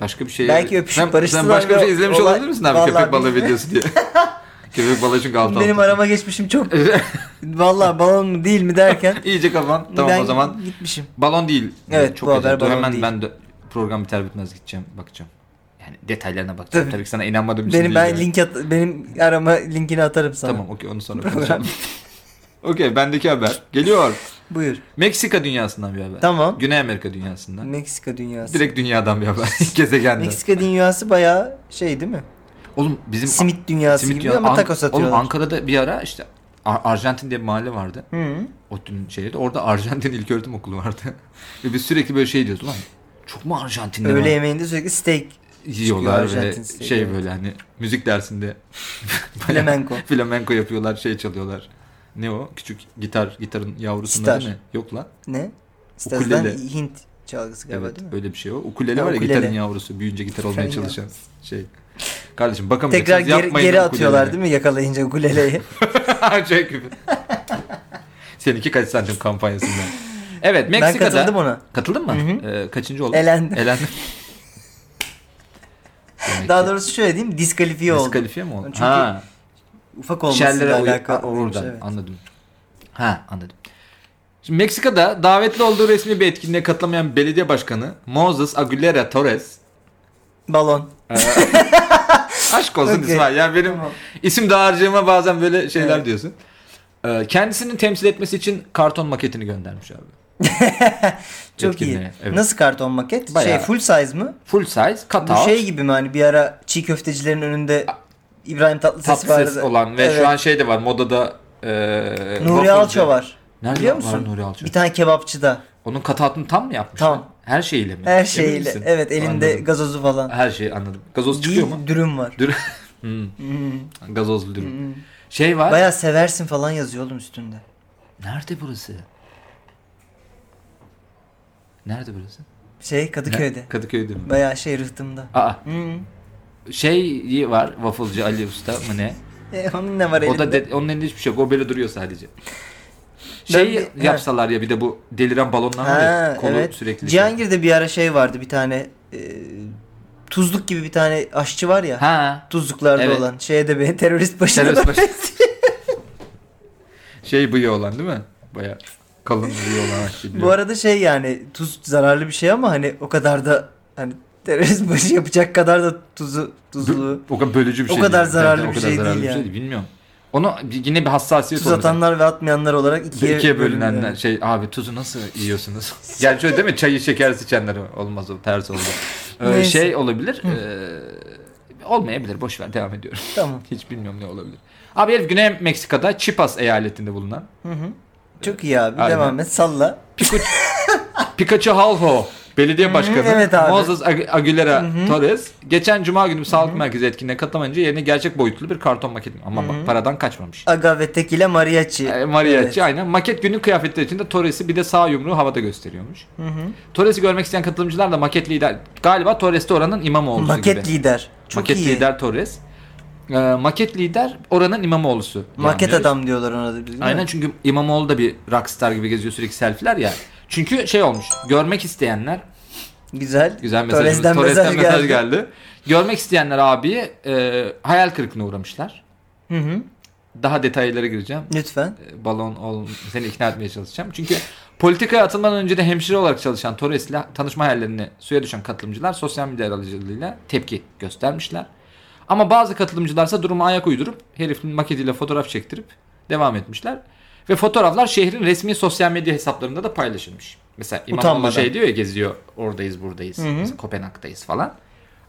S2: Başka bir şey.
S1: Belki öpüşüp
S2: sen,
S1: barıştılar
S2: Sen başka bir
S1: ve
S2: şey izlemiş
S1: olay-
S2: olabilir misin abi
S1: Vallahi
S2: köpek balığı
S1: bilmiyorum.
S2: videosu diye. köpek balığı çünkü alt
S1: Benim
S2: alta.
S1: arama geçmişim çok. Valla balon mu değil mi derken.
S2: İyice kafan. Tamam
S1: ben
S2: o zaman
S1: Gitmişim.
S2: balon değil.
S1: Evet,
S2: çok
S1: bu
S2: acayip.
S1: haber
S2: Dur,
S1: balon
S2: Hemen
S1: değil.
S2: ben de program biter bitmez gideceğim bakacağım. Yani detaylarına bakacağım. Tabii,
S1: Tabii.
S2: ki sana inanmadığım için
S1: Benim
S2: değil
S1: ben
S2: yani.
S1: link at- benim arama linkini atarım sana.
S2: Tamam okey onu sonra konuşalım. okey bendeki haber geliyor.
S1: Buyur.
S2: Meksika dünyasından bir haber.
S1: Tamam.
S2: Güney Amerika dünyasından.
S1: Meksika dünyası.
S2: Direkt dünyadan bir haber. Gezegenden.
S1: Meksika dünyası bayağı şey değil mi?
S2: Oğlum bizim
S1: Simit dünyası
S2: Simit
S1: gibi
S2: dünya-
S1: ama
S2: An-
S1: taco satıyorlar.
S2: Oğlum Ankara'da bir ara işte Ar- Arjantin diye bir mahalle vardı.
S1: Hı.
S2: ODTÜ'nün şehirde. Orada Arjantin İlköğretim Okulu vardı. Ve biz sürekli böyle şey diyoruz. Ulan çok mu Arjantin'de
S1: Öğle
S2: var?
S1: yemeğinde sürekli steak,
S2: yiyorlar
S1: çıkıyor
S2: ve
S1: Arjantin steak,
S2: şey
S1: evet.
S2: böyle hani müzik dersinde bayağı
S1: flamenco.
S2: flamenco yapıyorlar, şey çalıyorlar. Ne o? Küçük gitar, gitarın yavrusunda
S1: Sitar.
S2: değil mi? Yok lan.
S1: Ne? Staz'dan
S2: Ukulele.
S1: Hint çalgısı galiba
S2: evet,
S1: değil mi?
S2: öyle bir şey o. Ukulele
S1: Ha,
S2: var ya
S1: ukulele.
S2: gitarın yavrusu. Büyüyünce gitar olmaya
S1: Gitarın
S2: çalışan şey. Kardeşim bakamayacaksınız
S1: Tekrar geri,
S2: yapmayın
S1: geri atıyorlar değil mi yakalayınca ukuleleyi?
S2: Şey gibi. Seninki kaç santim kampanyasından. Evet
S1: ben
S2: Meksika'da.
S1: katıldım ona.
S2: Katıldın mı?
S1: Hı
S2: Ee, kaçıncı oldun?
S1: Elendim.
S2: Elendim. Demek
S1: Daha
S2: ki
S1: doğrusu şöyle diyeyim diskalifiye oldu.
S2: diskalifiye mi oldun?
S1: Çünkü
S2: ha,
S1: Ufak olmasıyla
S2: şerlere uy-
S1: alakalı.
S2: a-
S1: olmuş,
S2: oradan
S1: evet.
S2: anladım. Ha anladım. Şimdi Meksika'da davetli olduğu resmi bir etkinliğe katılamayan belediye başkanı Moses Aguilera Torres e,
S1: Balon.
S2: aşk olsun
S1: Okey.
S2: İsmail ya benim
S1: Tamam.
S2: isim dağarcığıma bazen böyle şeyler
S1: Evet.
S2: diyorsun. Ee, kendisini temsil etmesi için karton maketini göndermiş abi.
S1: Çok iyi.
S2: Etkinliğe, evet.
S1: Nasıl karton maket?
S2: Bayağı.
S1: Şey full size mı?
S2: Full size cut
S1: Bu
S2: out.
S1: şey gibi mi hani bir ara çiğ köftecilerin önünde İbrahim Tatlıses
S2: tatlı
S1: vardı.
S2: ses olan ve
S1: Evet.
S2: şu an şey de var modada eee
S1: Nuri
S2: waffle'cı.
S1: Alço var.
S2: Nerede
S1: Biliyor
S2: var
S1: musun?
S2: Nuri Alço?
S1: Bir tane kebapçıda.
S2: Onun kataatını tam mı yapmış?
S1: Tam.
S2: Her şeyiyle mi?
S1: Her
S2: Emin
S1: şeyiyle.
S2: misin?
S1: Evet elinde
S2: Anladım.
S1: gazozu falan.
S2: Her şeyi anladım. Gazoz çıkıyor
S1: Değil
S2: mu?
S1: dürüm var.
S2: Dür Hmm,
S1: Hmm.
S2: Gazozlu dürüm. Şey var.
S1: Baya seversin falan yazıyor oğlum üstünde.
S2: Nerede burası? Nerede burası?
S1: Şey Kadıköy'de.
S2: Ne? Kadıköy'de mi?
S1: Baya şey rıhtımda.
S2: Aa,
S1: Hmm.
S2: şeyi var wafflecı Ali Usta mı ne?
S1: E, onun ne var elinde?
S2: O da de- onun elinde hiçbir şey yok. O böyle duruyor sadece. Şey
S1: bir- ha.
S2: yapsalar ya bir de bu deliren balonlar var ya,
S1: Ha,
S2: kolu
S1: evet.
S2: sürekli.
S1: Cihangir'de bir ara şey vardı bir tane e, tuzluk gibi bir tane aşçı var ya.
S2: Ha.
S1: Tuzluklarda
S2: Evet.
S1: olan. Şeye de be terörist başına
S2: Terörist
S1: da
S2: başı. Şey bıyığı olan değil mi? Baya kalın bıyığı olan aşçı
S1: Bu
S2: biliyor.
S1: arada şey yani tuz zararlı bir şey ama hani o kadar da hani terörist başı yapacak kadar da tuzu tuzlu.
S2: O kadar bölücü bir
S1: O
S2: şey
S1: kadar
S2: değil.
S1: zararlı
S2: Zaten
S1: bir şey değil yani.
S2: Bilmiyorum. Onu bir- yine bir hassasiyet
S1: Tuz atanlar ve atmayanlar olarak ikiye,
S2: İkiye, ikiye bölünenler.
S1: bölünüyor.
S2: Şey abi tuzu nasıl yiyorsunuz? yani şöyle değil mi? Çayı şeker içenler olmaz o ters oldu. Ee,
S1: Neyse.
S2: şey olabilir. ee, olmayabilir. Boş ver devam ediyorum.
S1: Tamam.
S2: Hiç bilmiyorum ne olabilir. Abi herif Güney Meksika'da Chipas eyaletinde bulunan
S1: Hı hı. Çok iyi abi.
S2: Aynen.
S1: Devam et. Salla.
S2: Pikachu Halho belediye başkanı
S1: evet abi.
S2: Moses Agu- Aguilera Torres geçen cuma günü sağlık merkezi etkinliğine katılamayınca yerine gerçek boyutlu bir karton maket ama bak paradan kaçmamış.
S1: Aga ve tekile mariachi.
S2: E, Mariachi
S1: Evet.
S2: aynen. Maket günün kıyafetleri içinde Torres'i bir de sağ yumruğu havada gösteriyormuş.
S1: Hı hı.
S2: Torres'i görmek isteyen katılımcılar da maket lider galiba Torres de oranın imamı olduğu
S1: Maket
S2: gibi.
S1: lider. Çok
S2: maket
S1: iyi.
S2: lider Torres. E, maket lider oranın imamı
S1: Maket adam diyorlar ona da. değil mi?
S2: Aynen çünkü İmamoğlu da bir rockstar gibi geziyor sürekli selfie'ler ya. Çünkü şey olmuş. Görmek isteyenler
S1: Güzel.
S2: Güzel mesajımız.
S1: Torres'ten
S2: Torres'ten,
S1: mesaj
S2: mesaj,
S1: geldi.
S2: geldi. Görmek isteyenler abiyi e, hayal kırıklığına uğramışlar.
S1: Hı hı.
S2: Daha detaylara gireceğim.
S1: Lütfen.
S2: E, Balon ol, seni ikna etmeye çalışacağım. Çünkü politikaya atılmadan önce de hemşire olarak çalışan Torres'le tanışma hayallerini suya düşen katılımcılar sosyal medya aracılığıyla tepki göstermişler. Ama bazı katılımcılarsa duruma ayak uydurup herifin maketiyle fotoğraf çektirip devam etmişler. Ve fotoğraflar şehrin resmi sosyal medya hesaplarında da paylaşılmış. Mesela İmamoğlu
S1: Utanmadan.
S2: şey diyor ya geziyor oradayız buradayız
S1: hı.
S2: mesela Kopenhag'dayız falan.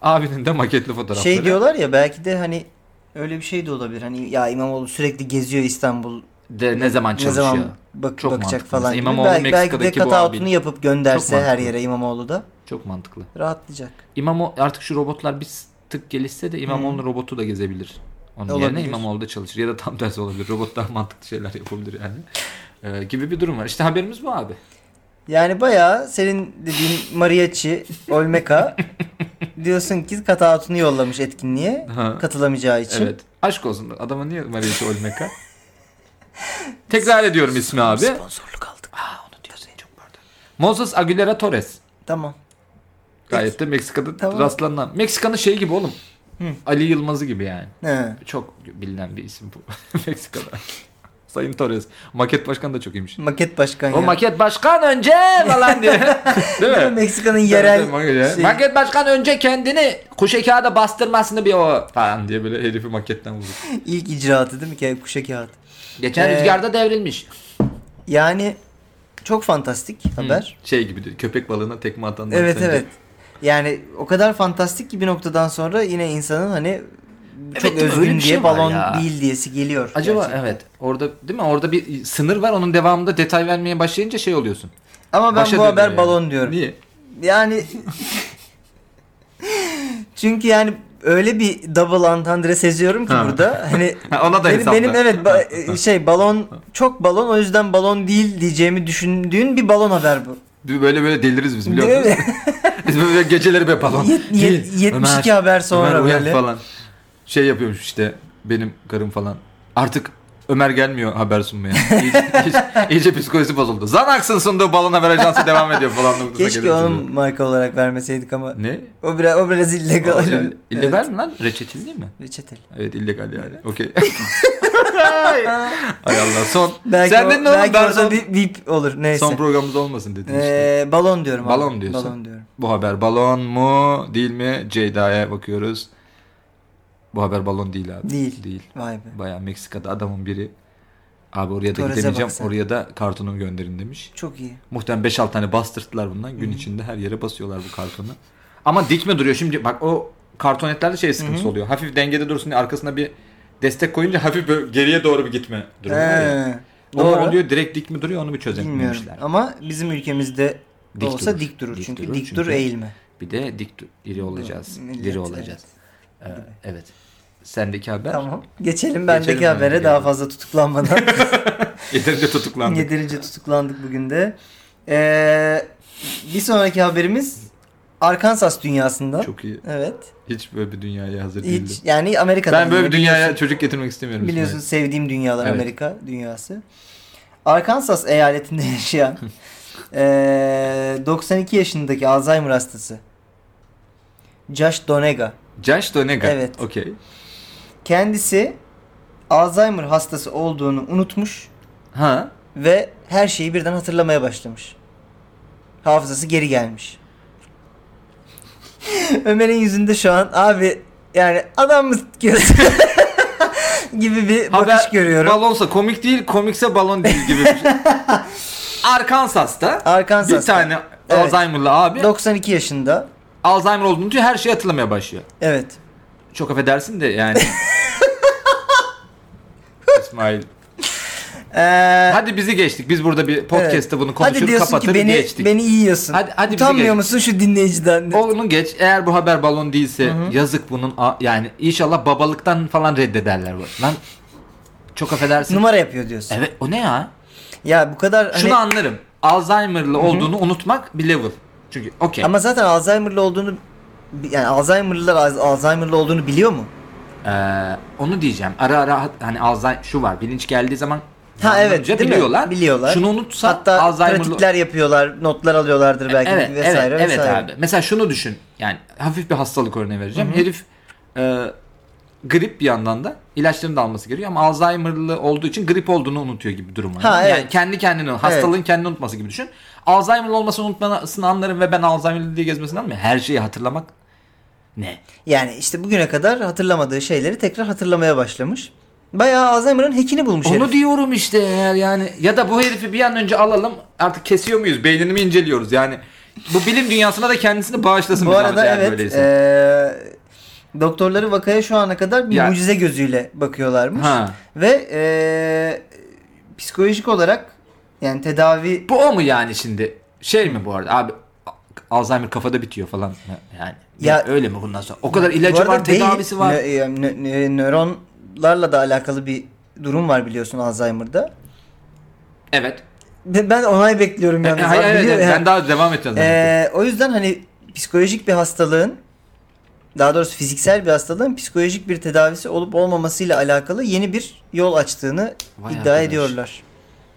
S2: Abinin de maketli fotoğrafları.
S1: Şey diyorlar ya belki de hani öyle bir şey de olabilir. Hani ya İmamoğlu sürekli geziyor İstanbul.
S2: de ne zaman
S1: Ne
S2: çalışıyor.
S1: zaman bak,
S2: Çok
S1: bakacak
S2: mantıklı.
S1: falan.
S2: Mesela
S1: gibi.
S2: İmamoğlu
S1: belki, belki de
S2: Meksika'daki bu
S1: katautunu
S2: abi-
S1: yapıp
S2: Çok
S1: gönderse
S2: mantıklı.
S1: her yere İmamoğlu da
S2: Çok mantıklı.
S1: rahatlayacak.
S2: İmamo artık şu robotlar bir tık gelişse de İmamoğlu'nun robotu da gezebilir. Onun yerine
S1: Olabilir.
S2: İmamoğlu da çalışır ya da tam tersi olabilir. Robot daha mantıklı şeyler yapabilir yani. Ee, gibi bir durum var. İşte haberimiz bu abi.
S1: Yani bayağı senin dediğin mariachi Olmeka diyorsun ki Kata Hatun'u yollamış etkinliğe
S2: Ha.
S1: katılamayacağı için.
S2: Evet. Aşk olsun. Adama niye Mariachi Olmeca? Tekrar ediyorum ismi abi.
S1: Sponsorluk aldık. Aa onu diyorsun çok pardon.
S2: Moses Aguilera Torres.
S1: Tamam.
S2: Gayet de Meksika'da
S1: Tamam.
S2: rastlanan. Meksika'nın şeyi gibi oğlum. Ali Yılmaz'ı gibi yani.
S1: He.
S2: Çok bilinen bir isim bu Meksika'da. Sayın Torres. Maket Başkan da çok iyiymiş.
S1: Maket başkan
S2: O
S1: ya.
S2: maket başkan önce falan diye. Değil mi?
S1: Meksika'nın
S2: Tabii
S1: yerel
S2: tabii, maket,
S1: şey-
S2: maket başkan önce kendini kuşe kağıda bastırmasını bir o falan diye böyle herifi maketten vurdu.
S1: ilk icraatı değil mi ki kuşa kağıt.
S2: Geçen
S1: Ee,
S2: rüzgarda devrilmiş.
S1: Yani çok fantastik haber.
S2: Şey gibi diyor, köpek balığına tekme atan.
S1: Evet
S2: sence-
S1: evet. Yani o kadar fantastik ki bir noktadan sonra yine insanın hani çok
S2: değil mi? Öyle
S1: özgün
S2: bir
S1: diye
S2: şey var
S1: balon
S2: ya.
S1: değil diyesi geliyor.
S2: Acaba
S1: gerçekten.
S2: evet orada değil mi orada bir sınır var onun devamında detay vermeye başlayınca şey oluyorsun.
S1: Ama ben
S2: Başa
S1: bu
S2: dönüyor
S1: haber
S2: yani.
S1: balon diyorum.
S2: Niye?
S1: Yani çünkü yani öyle bir double entendre seziyorum ki
S2: Ha.
S1: burada. Hani
S2: Ha, ona da
S1: benim,
S2: hesapla.
S1: benim evet ba- şey balon çok balon o yüzden balon değil diyeceğimi düşündüğün bir balon haber bu.
S2: Böyle böyle deliriz biz biliyor
S1: Değil
S2: musun?
S1: mi?
S2: Biz böyle geceleri be balon.
S1: Yet- yet-
S2: Değil.
S1: 72 haber sonra
S2: Ömer uyan
S1: böyle.
S2: falan. Şey yapıyormuş işte benim karım falan. Artık Ömer gelmiyor haber sunmaya. İyice, iyice, iyice psikolojisi bozuldu. Zanaks'ın sunduğu balon haber ajansı devam ediyor falan. noktasına
S1: Keşke
S2: geliyorsun
S1: onun
S2: böyle.
S1: marka olarak vermeseydik ama
S2: Ne?
S1: o biraz o biraz illegal.
S2: İlle- İllegal
S1: Evet.
S2: mi lan? Reçeteli değil mi?
S1: Reçeteli.
S2: Evet illegal yani. Okey. Ay Allah son.
S1: Belki
S2: Sen
S1: o-
S2: dedin oğlum
S1: belki
S2: ben
S1: orada
S2: son,
S1: bir bip olur neyse.
S2: son programımız olmasın dedin işte.
S1: Ee, balon diyorum. abi.
S2: Balon diyorsun.
S1: Balon diyorum.
S2: Bu haber balon mu değil mi? Ceyda'ya bakıyoruz. Bu haber balon değil abi.
S1: Değil.
S2: Değil.
S1: Vay be.
S2: Bayağı Meksika'da adamın biri abi oraya da
S1: Torres'e
S2: gidemeyeceğim.
S1: bak sen.
S2: Oraya da kartonumu gönderin demiş.
S1: Çok iyi.
S2: Muhtemelen 5-6 tane bastırttılar bundan. Gün içinde her yere basıyorlar bu kartonu. Ama dik mi duruyor? Şimdi bak o kartonetlerde şey sıkıntısı oluyor. Hafif dengede dursun diye arkasına bir destek koyunca hafif böyle geriye doğru bir gitme durumu var ya.
S1: Ee,
S2: O mu
S1: doğru.
S2: oluyor direkt dik mi duruyor onu bir
S1: Bilmiyorum.
S2: çözememişler.
S1: Ama bizim ülkemizde
S2: Dik
S1: olsa
S2: durur.
S1: dik durur.
S2: Dik
S1: çünkü
S2: durur
S1: dik
S2: çünkü-
S1: dur eğilme.
S2: Bir de dik dur- iri olacağız.
S1: Millet,
S2: Diri olacağız. Ee, Evet. Sendeki haber
S1: Tamam. Geçelim bendeki
S2: Geçelim
S1: habere
S2: bendeki
S1: daha
S2: habere.
S1: fazla tutuklanmadan.
S2: yeterince tutuklandı.
S1: Yeterince tutuklandık bugün de. Ee, bir sonraki haberimiz Arkansas dünyasında.
S2: Çok iyi.
S1: Evet.
S2: Hiç böyle bir dünyaya hazır değildim.
S1: Hiç yani Amerika'dan.
S2: Ben böyle
S1: yine
S2: bir dünyaya
S1: biliyorsun-
S2: çocuk getirmek istemiyorum.
S1: Biliyorsun sevdiğim dünyalar
S2: Evet.
S1: Amerika dünyası. Arkansas eyaletinde yaşayan eee, 92 yaşındaki Alzheimer hastası Josh Donega.
S2: İsmail. Josh Donega.
S1: Evet.
S2: Okey.
S1: Kendisi Alzheimer hastası olduğunu unutmuş
S2: Ha.
S1: ve her şeyi birden hatırlamaya başlamış. Hafızası geri gelmiş. Ömer'in yüzünde şu an abi yani adam mı gibi bir bakış
S2: Haber-
S1: görüyorum.
S2: Balonsa komik değil, komikse balon değil gibi bir şey. Arkansas'ta
S1: Arkansas'ta.
S2: bir tane
S1: Evet.
S2: Alzheimer'lı abi
S1: 92 yaşında.
S2: Alzheimer olduğunu diyor, her şeyi hatırlamaya başlıyor.
S1: Evet.
S2: Çok affedersin de yani. İsmail.
S1: Ee,
S2: Hadi bizi geçtik. Biz burada bir podcast'te bunu
S1: hadi
S2: konuşur,
S1: diyorsun
S2: kapatır,
S1: ki beni,
S2: geçtik.
S1: beni iyi yiyorsun.
S2: Hadi- hadi bizi
S1: Utanmıyor
S2: geç.
S1: musun şu dinleyiciden?
S2: Onu geç. Eğer bu haber balon değilse yazık bunun a- yani inşallah babalıktan falan reddederler bu. Lan çok affedersin.
S1: Numara yapıyor diyorsun.
S2: Evet o ne ya?
S1: Ya bu kadar hani,
S2: Şunu anlarım. Alzheimer'lı olduğunu unutmak bir level. Çünkü okey.
S1: ama zaten Alzheimer'lı olduğunu yani Alzheimer'lılar Al- Alzheimer'lı olduğunu biliyor mu?
S2: Ee, onu diyeceğim. Ara ara hat- hani Alzheimer şu var. Bilinç geldiği zaman
S1: Ha evet,
S2: anlayınca
S1: değil mi?
S2: biliyorlar.
S1: Biliyorlar.
S2: Şunu unutsa
S1: Hatta
S2: Alzheimer'lı
S1: pratikler yapıyorlar, notlar alıyorlardır belki
S2: evet,
S1: vesaire
S2: evet,
S1: vesaire.
S2: Evet abi. Mesela şunu düşün. Yani hafif bir hastalık örneği vereceğim. Herif e, grip bir yandan da ilaçlarını da alması gerekiyor ama Alzheimer'lı olduğu için grip olduğunu unutuyor gibi durum var.
S1: Ha,
S2: Yani
S1: evet.
S2: kendi kendini, hastalığın kendini unutması gibi düşün. Alzheimer'lı olmasını unutmasını anlarım ve ben Alzheimer'lı diye gezmesini anlamıyorum. Her şeyi hatırlamak ne?
S1: Yani işte bugüne kadar hatırlamadığı şeyleri tekrar hatırlamaya başlamış. Bayağı Alzheimer'ın hekini bulmuş herif.
S2: Onu diyorum işte eğer yani ya da bu herifi bir an önce alalım artık kesiyor muyuz beynini mi inceliyoruz yani bu bilim dünyasına da kendisini bağışlasın
S1: Bu
S2: bir
S1: arada
S2: zahmet eğer
S1: evet e,
S2: böyleyse.
S1: eee, doktorları vakaya şu ana kadar bir
S2: Ya-
S1: mucize gözüyle bakıyorlarmış.
S2: Ha.
S1: Ve eee, psikolojik olarak yani tedavi
S2: Bu o mu yani şimdi? Şey mi bu arada abi Alzheimer kafada bitiyor falan yani.
S1: Ya-
S2: Ya öyle mi bundan sonra? O kadar
S1: Bu
S2: ilacı
S1: arada
S2: var,
S1: beyin-
S2: tedavisi var.
S1: nö- yani nö- nö- nöronlarla da alakalı bir durum var biliyorsun Alzheimer'da.
S2: Evet.
S1: Ben onay bekliyorum yalnız.
S2: E, Hayır
S1: Abi
S2: hayır,
S1: biliyor-
S2: ben daha devam edeceğim. zaten.
S1: Ee, o yüzden hani psikolojik bir hastalığın daha doğrusu fiziksel bir hastalığın psikolojik bir tedavisi olup olmamasıyla alakalı yeni bir yol açtığını
S2: Vay
S1: iddia
S2: arkadaş.
S1: ediyorlar.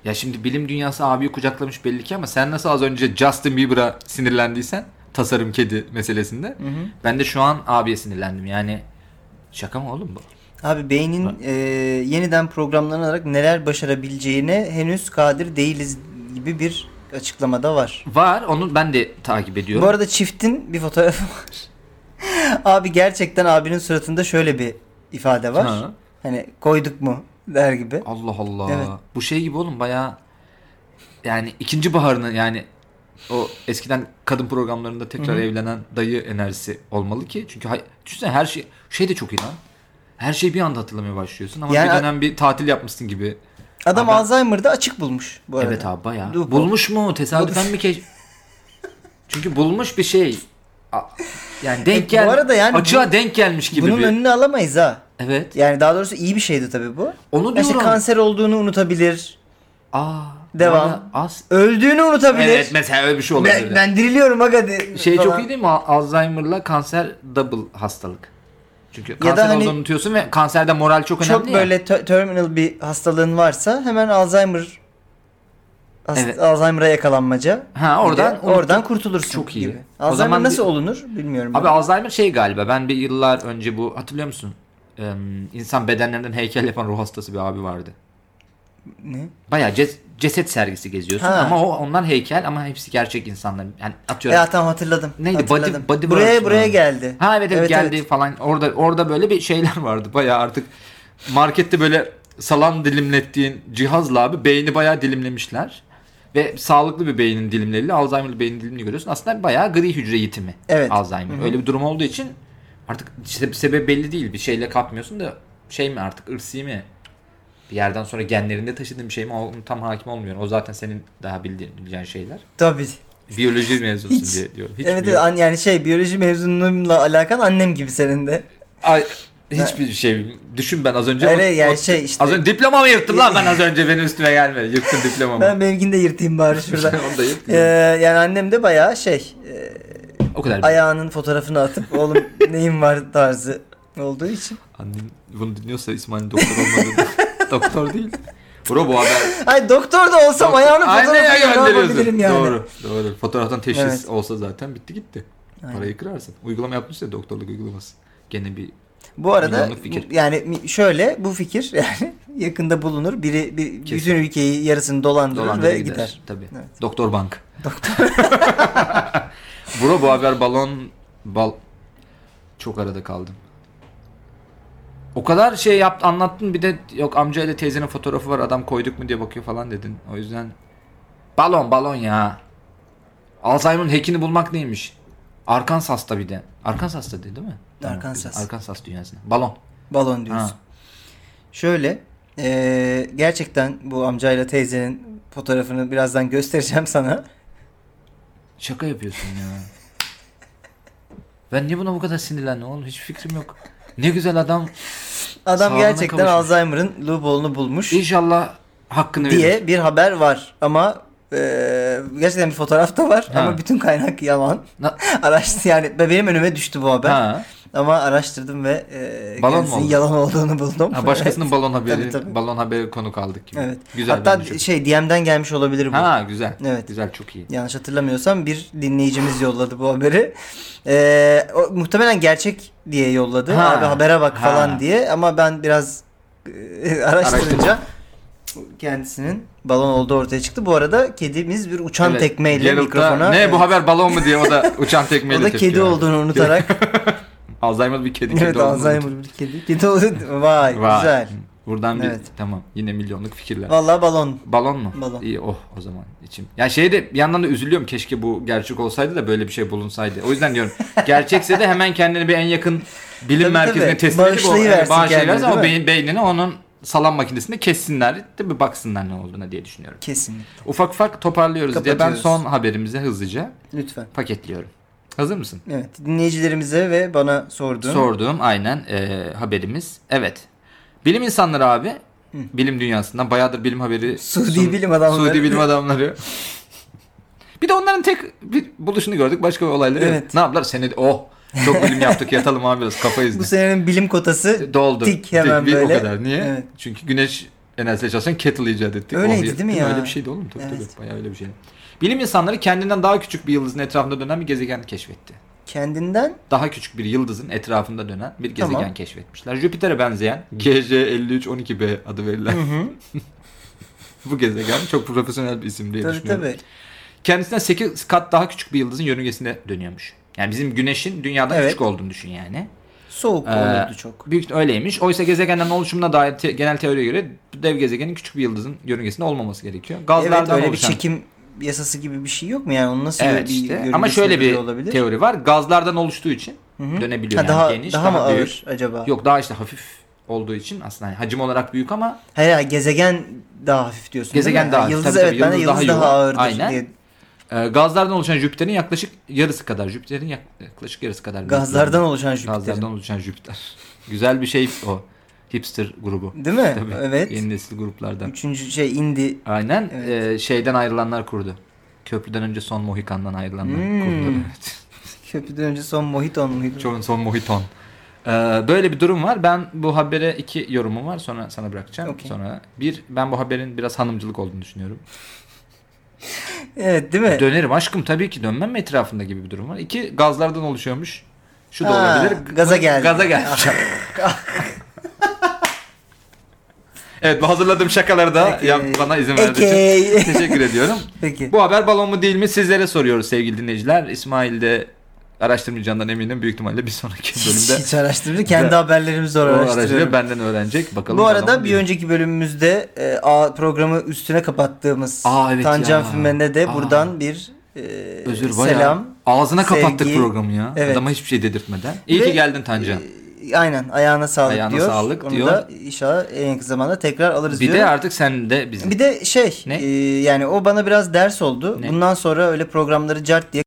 S2: Ya şimdi bilim dünyası abiyi kucaklamış belli ki ama sen nasıl az önce Justin Bieber'a sinirlendiysen tasarım kedi meselesinde. Ben de şu an abiye sinirlendim yani. Şaka mı oğlum bu?
S1: Abi beynin e, yeniden programlanarak neler başarabileceğine henüz kadir değiliz gibi bir açıklamada var.
S2: Var onu ben de takip ediyorum.
S1: Bu arada çiftin bir fotoğrafı var. Abi gerçekten abinin suratında şöyle bir ifade var.
S2: Ha.
S1: Hani koyduk mu der gibi.
S2: Allah Allah.
S1: Evet.
S2: Bu şey gibi oğlum bayağı yani ikinci baharını yani o eskiden kadın programlarında tekrar evlenen dayı enerjisi olmalı ki. Çünkü hay- düşünsene her şey şey de çok iyi lan. Her şeyi bir anda hatırlamaya başlıyorsun ama
S1: Yani-
S2: bir dönem bir tatil yapmışsın gibi.
S1: Adam
S2: Abi-
S1: Alzheimer'da açık bulmuş bu arada.
S2: Evet abi bayağı.
S1: Dur, bu-
S2: Bulmuş mu? Tesadüfen mi keş... Çünkü bulmuş bir şey. A- Yani
S1: E, bu
S2: denk gel.
S1: arada yani
S2: açığa denk gelmiş gibi
S1: Bunun
S2: bir.
S1: önünü alamayız ha.
S2: Evet.
S1: Yani daha doğrusu iyi bir şeydi tabii bu.
S2: Onu
S1: Yani işte
S2: diyorum.
S1: kanser olduğunu unutabilir.
S2: Aa.
S1: Devam.
S2: valla Az.
S1: Öldüğünü unutabilir.
S2: Evet mesela öyle bir şey olabilir.
S1: ben, ben diriliyorum aga. de-
S2: Şey
S1: falan.
S2: çok iyi değil mi? Al- Alzheimer'la kanser double hastalık. Çünkü kanser
S1: da hani-
S2: olduğunu unutuyorsun ve kanserde moral çok önemli
S1: Çok
S2: ya.
S1: böyle ter- terminal bir hastalığın varsa hemen Alzheimer hast-
S2: Evet.
S1: Alzheimer'a yakalanmaca.
S2: Ha, oradan
S1: Bir de
S2: unuttum.
S1: oradan kurtulursun
S2: Çok iyi.
S1: gibi.
S2: O
S1: Alzheimer
S2: zaman
S1: nasıl
S2: bir-
S1: olunur bilmiyorum.
S2: Abi
S1: ben.
S2: Alzheimer şey galiba ben bir yıllar önce bu hatırlıyor musun? Ee, insan bedenlerinden heykel yapan ruh hastası bir abi vardı.
S1: Ne?
S2: Bayağı ces- ceset sergisi geziyorsun
S1: Ha.
S2: ama o ondan heykel ama hepsi gerçek insanlar. Yani atıyorum.
S1: Ya tamam hatırladım.
S2: Neydi? Body-
S1: Hatırladım.
S2: body
S1: buraya
S2: version
S1: buraya
S2: abi.
S1: geldi.
S2: ha evet, evet, geldi falan. Orada orada böyle bir şeyler vardı. Bayağı artık markette böyle salam dilimlettiğin cihazla abi beyni bayağı dilimlemişler. Ve sağlıklı bir beynin dilimleriyle Alzheimer'lı beynin dilimini görüyorsun. Aslında bayağı gri hücre yitimi.
S1: Evet.
S2: Alzheimer. Öyle bir durum olduğu için artık se- sebebi belli değil. Bir şeyle kapmıyorsun da şey mi artık ırsi mi? Bir yerden sonra genlerinde taşıdığın bir şey mi? Onun tam hakim olmuyorum. O zaten senin daha bildiğin bileceğin şeyler.
S1: Tabii.
S2: Biyoloji mezunusun
S1: Hiç.
S2: diye diyorum. Hiç
S1: evet,
S2: biliyorum.
S1: evet, an- yani şey biyoloji mezunluğumla alakan annem gibi senin de.
S2: Ay, hiçbir şey düşün ben az önce.
S1: Öyle yani
S2: o-
S1: şey işte.
S2: Az önce diplomamı yırttın lan ben az önce benim üstüme gelme. Yırttın diplomamı.
S1: Ben benimkini de yırtayım bari şurada.
S2: Onu da yırt.
S1: Ee, yani annem de bayağı şey e,
S2: o kadar.
S1: ayağının fotoğrafını atıp oğlum neyin var tarzı olduğu için.
S2: Annem bunu dinliyorsa İsmail doktor olmadığını. doktor değil. Bro bu haber.
S1: Ay doktor da olsam ayağının
S2: Aynaya
S1: fotoğrafını ne
S2: gönderiyorsun.
S1: yapabilirim yani.
S2: Doğru. Doğru. Fotoğraftan teşhis
S1: Evet.
S2: olsa zaten bitti gitti. Parayı kırarsın. Uygulama yapmış ya doktorluk uygulaması. Gene bir
S1: Bu arada
S2: Milyonluk fikir.
S1: bu- yani mi- şöyle bu fikir yani yakında bulunur. Biri bir,
S2: Kesin.
S1: bütün ülkeyi yarısını dolandırır
S2: dolandırı
S1: ve
S2: gider.
S1: gider.
S2: Tabii.
S1: Evet.
S2: Doktor Bank. Doktor. Bro bu haber balon bal çok arada kaldım. O kadar şey yaptı anlattın bir de yok amcayla teyzenin fotoğrafı var adam koyduk mu diye bakıyor falan dedin. O yüzden balon balon ya. Alzheimer'ın hackini bulmak neymiş? Arkansas'ta bir de. Arkansas'ta değil, değil mi? Tamam,
S1: Arkansas.
S2: güzel. Arkansas dünyasında. Balon.
S1: Balon diyorsun.
S2: Ha.
S1: Şöyle eee, gerçekten bu amcayla teyzenin fotoğrafını birazdan göstereceğim sana.
S2: Şaka yapıyorsun ya. Ben niye buna bu kadar sinirlendim oğlum? Hiç fikrim yok. Ne güzel adam.
S1: Adam
S2: Sağlığına
S1: gerçekten
S2: kavuşmuş.
S1: Alzheimer'ın loophole'unu bulmuş.
S2: İnşallah hakkını verir.
S1: diye bir haber var ama eee, gerçekten bir fotoğraf da var
S2: Ha.
S1: ama bütün kaynak yalan.
S2: Na-
S1: Araştır yani be- benim önüme düştü bu haber
S2: Ha.
S1: ama araştırdım ve eee
S2: Balon mu
S1: kendisinin
S2: oldu?
S1: yalan olduğunu buldum.
S2: ha. Başkasının balon
S1: Tabii,
S2: haberi,
S1: tabii.
S2: balon haberi konu kaldık gibi.
S1: Evet.
S2: Güzel
S1: Hatta
S2: bence.
S1: şey DM'den gelmiş olabilir bu.
S2: Ha güzel.
S1: Evet.
S2: Güzel çok iyi.
S1: Yanlış hatırlamıyorsam bir dinleyicimiz yolladı bu haberi. Eee, o, muhtemelen gerçek diye yolladı.
S2: Ha.
S1: Abi habere bak
S2: Ha.
S1: falan diye ama ben biraz eee, araştırınca kendisinin balon olduğu ortaya çıktı. Bu arada kedimiz bir uçan
S2: Evet.
S1: tekmeyle
S2: Geralt da,
S1: mikrofona
S2: Ne
S1: Evet.
S2: bu haber balon mu diye o da uçan tekmeyle
S1: o da
S2: tepki
S1: kedi
S2: verdi.
S1: olduğunu unutarak
S2: Alzheimer bir kedi kedi
S1: evet
S2: olduğunu
S1: Alzheimer bir kedi. Kedi oldu. Vay,
S2: Vay.
S1: güzel.
S2: Buradan bir
S1: Evet.
S2: tamam yine milyonluk fikirler.
S1: Vallahi balon.
S2: Balon mu?
S1: Balon.
S2: İyi oh o zaman içim. Ya şey de bir yandan da üzülüyorum keşke bu gerçek olsaydı da böyle bir şey bulunsaydı. O yüzden diyorum gerçekse de hemen kendini bir en yakın bilim
S1: Tabii,
S2: merkezine
S1: tabii.
S2: teslim edip o
S1: Bağışlayıversin
S2: evet, bağışlayıversin
S1: kendini,
S2: ama
S1: değil
S2: beyin, beynini onun salam makinesinde kessinler de bir baksınlar ne olduğuna diye düşünüyorum.
S1: Kesin.
S2: Ufak ufak toparlıyoruz diye ben
S1: Kapatıyoruz.
S2: son haberimizi hızlıca
S1: Lütfen.
S2: paketliyorum. Hazır mısın?
S1: Evet dinleyicilerimize ve bana sorduğun
S2: Sorduğum aynen e, haberimiz. Evet. Bilim insanları abi bilim dünyasından. Bayağıdır bilim haberi.
S1: Suudi
S2: sun-
S1: bilim adamları.
S2: Suudi bilim adamları. bir de onların tek bir buluşunu gördük. Başka olayları yok.
S1: Evet.
S2: Ne yaptılar? Senede oh çok bilim yaptık yatalım abi biraz kafayı
S1: Bu
S2: izle.
S1: senenin bilim kotası
S2: Doldu.
S1: tik hemen
S2: bir
S1: böyle.
S2: O kadar. Niye?
S1: Evet.
S2: Çünkü güneş enerjisiyle çalışan kettle icat ettik.
S1: Öyleydi
S2: Oh,
S1: değil mi ya?
S2: Öyle bir şeydi oğlum. Tabii
S1: Evet.
S2: tabii. Bayağı öyle bir şey. Bilim insanları kendinden daha küçük bir yıldızın etrafında dönen bir gezegen keşfetti.
S1: kendinden
S2: Daha küçük bir yıldızın etrafında dönen bir gezegen
S1: Tamam.
S2: keşfetmişler. Jüpiter'e benzeyen GJ5312b adı verilen
S1: Hı hı.
S2: bu gezegen çok profesyonel bir isim diye
S1: tabii
S2: düşünüyorum.
S1: tabii.
S2: Kendisinden 8 kat daha küçük bir yıldızın yörüngesinde dönüyormuş. Yani bizim güneşin dünyadan
S1: Evet.
S2: küçük olduğunu düşün yani.
S1: Soğuk
S2: Ee,
S1: olurdu çok.
S2: Büyük öyleymiş. Oysa gezegenlerin oluşumuna dair te- genel teoriye göre dev gezegenin küçük bir yıldızın yörüngesinde olmaması gerekiyor. Gazlardan
S1: Evet öyle bir
S2: oluşan
S1: çekim yasası gibi bir şey yok mu yani onun nasıl
S2: Evet
S1: bir
S2: işte.
S1: yörüngesine
S2: Ama şöyle bir
S1: göre olabilir?
S2: teori var. Gazlardan oluştuğu için
S1: Hı hı.
S2: dönebiliyor
S1: Ha,
S2: yani
S1: daha
S2: geniş,
S1: daha,
S2: daha,
S1: mı
S2: büyük.
S1: ağır acaba?
S2: Yok daha işte hafif olduğu için aslında hani hacim olarak büyük ama
S1: Hayır hayır, gezegen daha hafif diyorsun. değil
S2: Gezegen
S1: mi?
S2: daha
S1: Ha,
S2: hafif,
S1: Yıldız
S2: tabii,
S1: evet
S2: tabii,
S1: ben de
S2: yıldız
S1: yıldız
S2: daha
S1: daha,
S2: yoğun.
S1: ağırdır
S2: Aynen.
S1: diye.
S2: e, gazlardan oluşan Jüpiter'in yaklaşık yarısı kadar Jüpiter'in yak- yaklaşık yarısı kadar büyük.
S1: Gazlardan oluşan Jüpiter'in.
S2: Gazlardan oluşan Jüpiter. Güzel bir şey o. Hipster grubu.
S1: Değil mi?
S2: Tabii.
S1: Evet.
S2: Yeni nesil gruplardan.
S1: Üçüncü şey indi.
S2: Aynen.
S1: Evet.
S2: e, şeyden ayrılanlar kurdu. Köprüden önce son Mohikan'dan ayrılanlar
S1: Hmm.
S2: kurdu. Evet.
S1: Köprüden önce son Mohiton muydu?
S2: Çoğun son Mohiton. E, böyle bir durum var. Ben bu habere iki yorumum var. Sonra sana bırakacağım.
S1: Okey.
S2: Sonra bir ben bu haberin biraz hanımcılık olduğunu düşünüyorum.
S1: Evet değil mi?
S2: Dönerim aşkım tabii ki dönmem mi etrafında gibi bir durum var. İki gazlardan oluşuyormuş. Şu da
S1: Ha,
S2: olabilir.
S1: gaza geldi.
S2: Gaza geldi. evet bu hazırladığım şakaları da
S1: Peki.
S2: yap- bana izin verdiği için
S1: Ekey.
S2: teşekkür ediyorum.
S1: Peki.
S2: Bu haber balon mu değil mi sizlere soruyoruz sevgili dinleyiciler. İsmail de araştırmayacağından eminim. Büyük ihtimalle bir sonraki
S1: Hiç,
S2: bölümde
S1: hiç araştırmıyor. Kendi
S2: Ben-
S1: haberlerimizi zor
S2: o aracıyla
S1: araştırıyorum.
S2: benden öğrenecek. Bakalım
S1: Bu
S2: balon
S1: arada
S2: mu
S1: bir
S2: değil mi?
S1: önceki bölümümüzde e, A programı üstüne kapattığımız
S2: Aa, evet
S1: Tancan
S2: ya.
S1: filminde de
S2: Aa.
S1: buradan bir e,
S2: Özür bayağı
S1: selam.
S2: ağzına kapattık
S1: sevgi.
S2: programı ya.
S1: Evet.
S2: Adama hiçbir şey dedirtmeden. İyi
S1: Ve-
S2: ki geldin Tancan.
S1: E, aynen ayağına sağlık
S2: Ayağına
S1: diyor.
S2: sağlık
S1: Onu
S2: diyor.
S1: da inşallah en yakın zamanda tekrar alırız
S2: Bir
S1: diyor.
S2: de artık sen de bizim.
S1: Bir de şey
S2: Ne?
S1: e, yani o bana biraz ders oldu.
S2: Ne?
S1: Bundan sonra öyle programları cart diye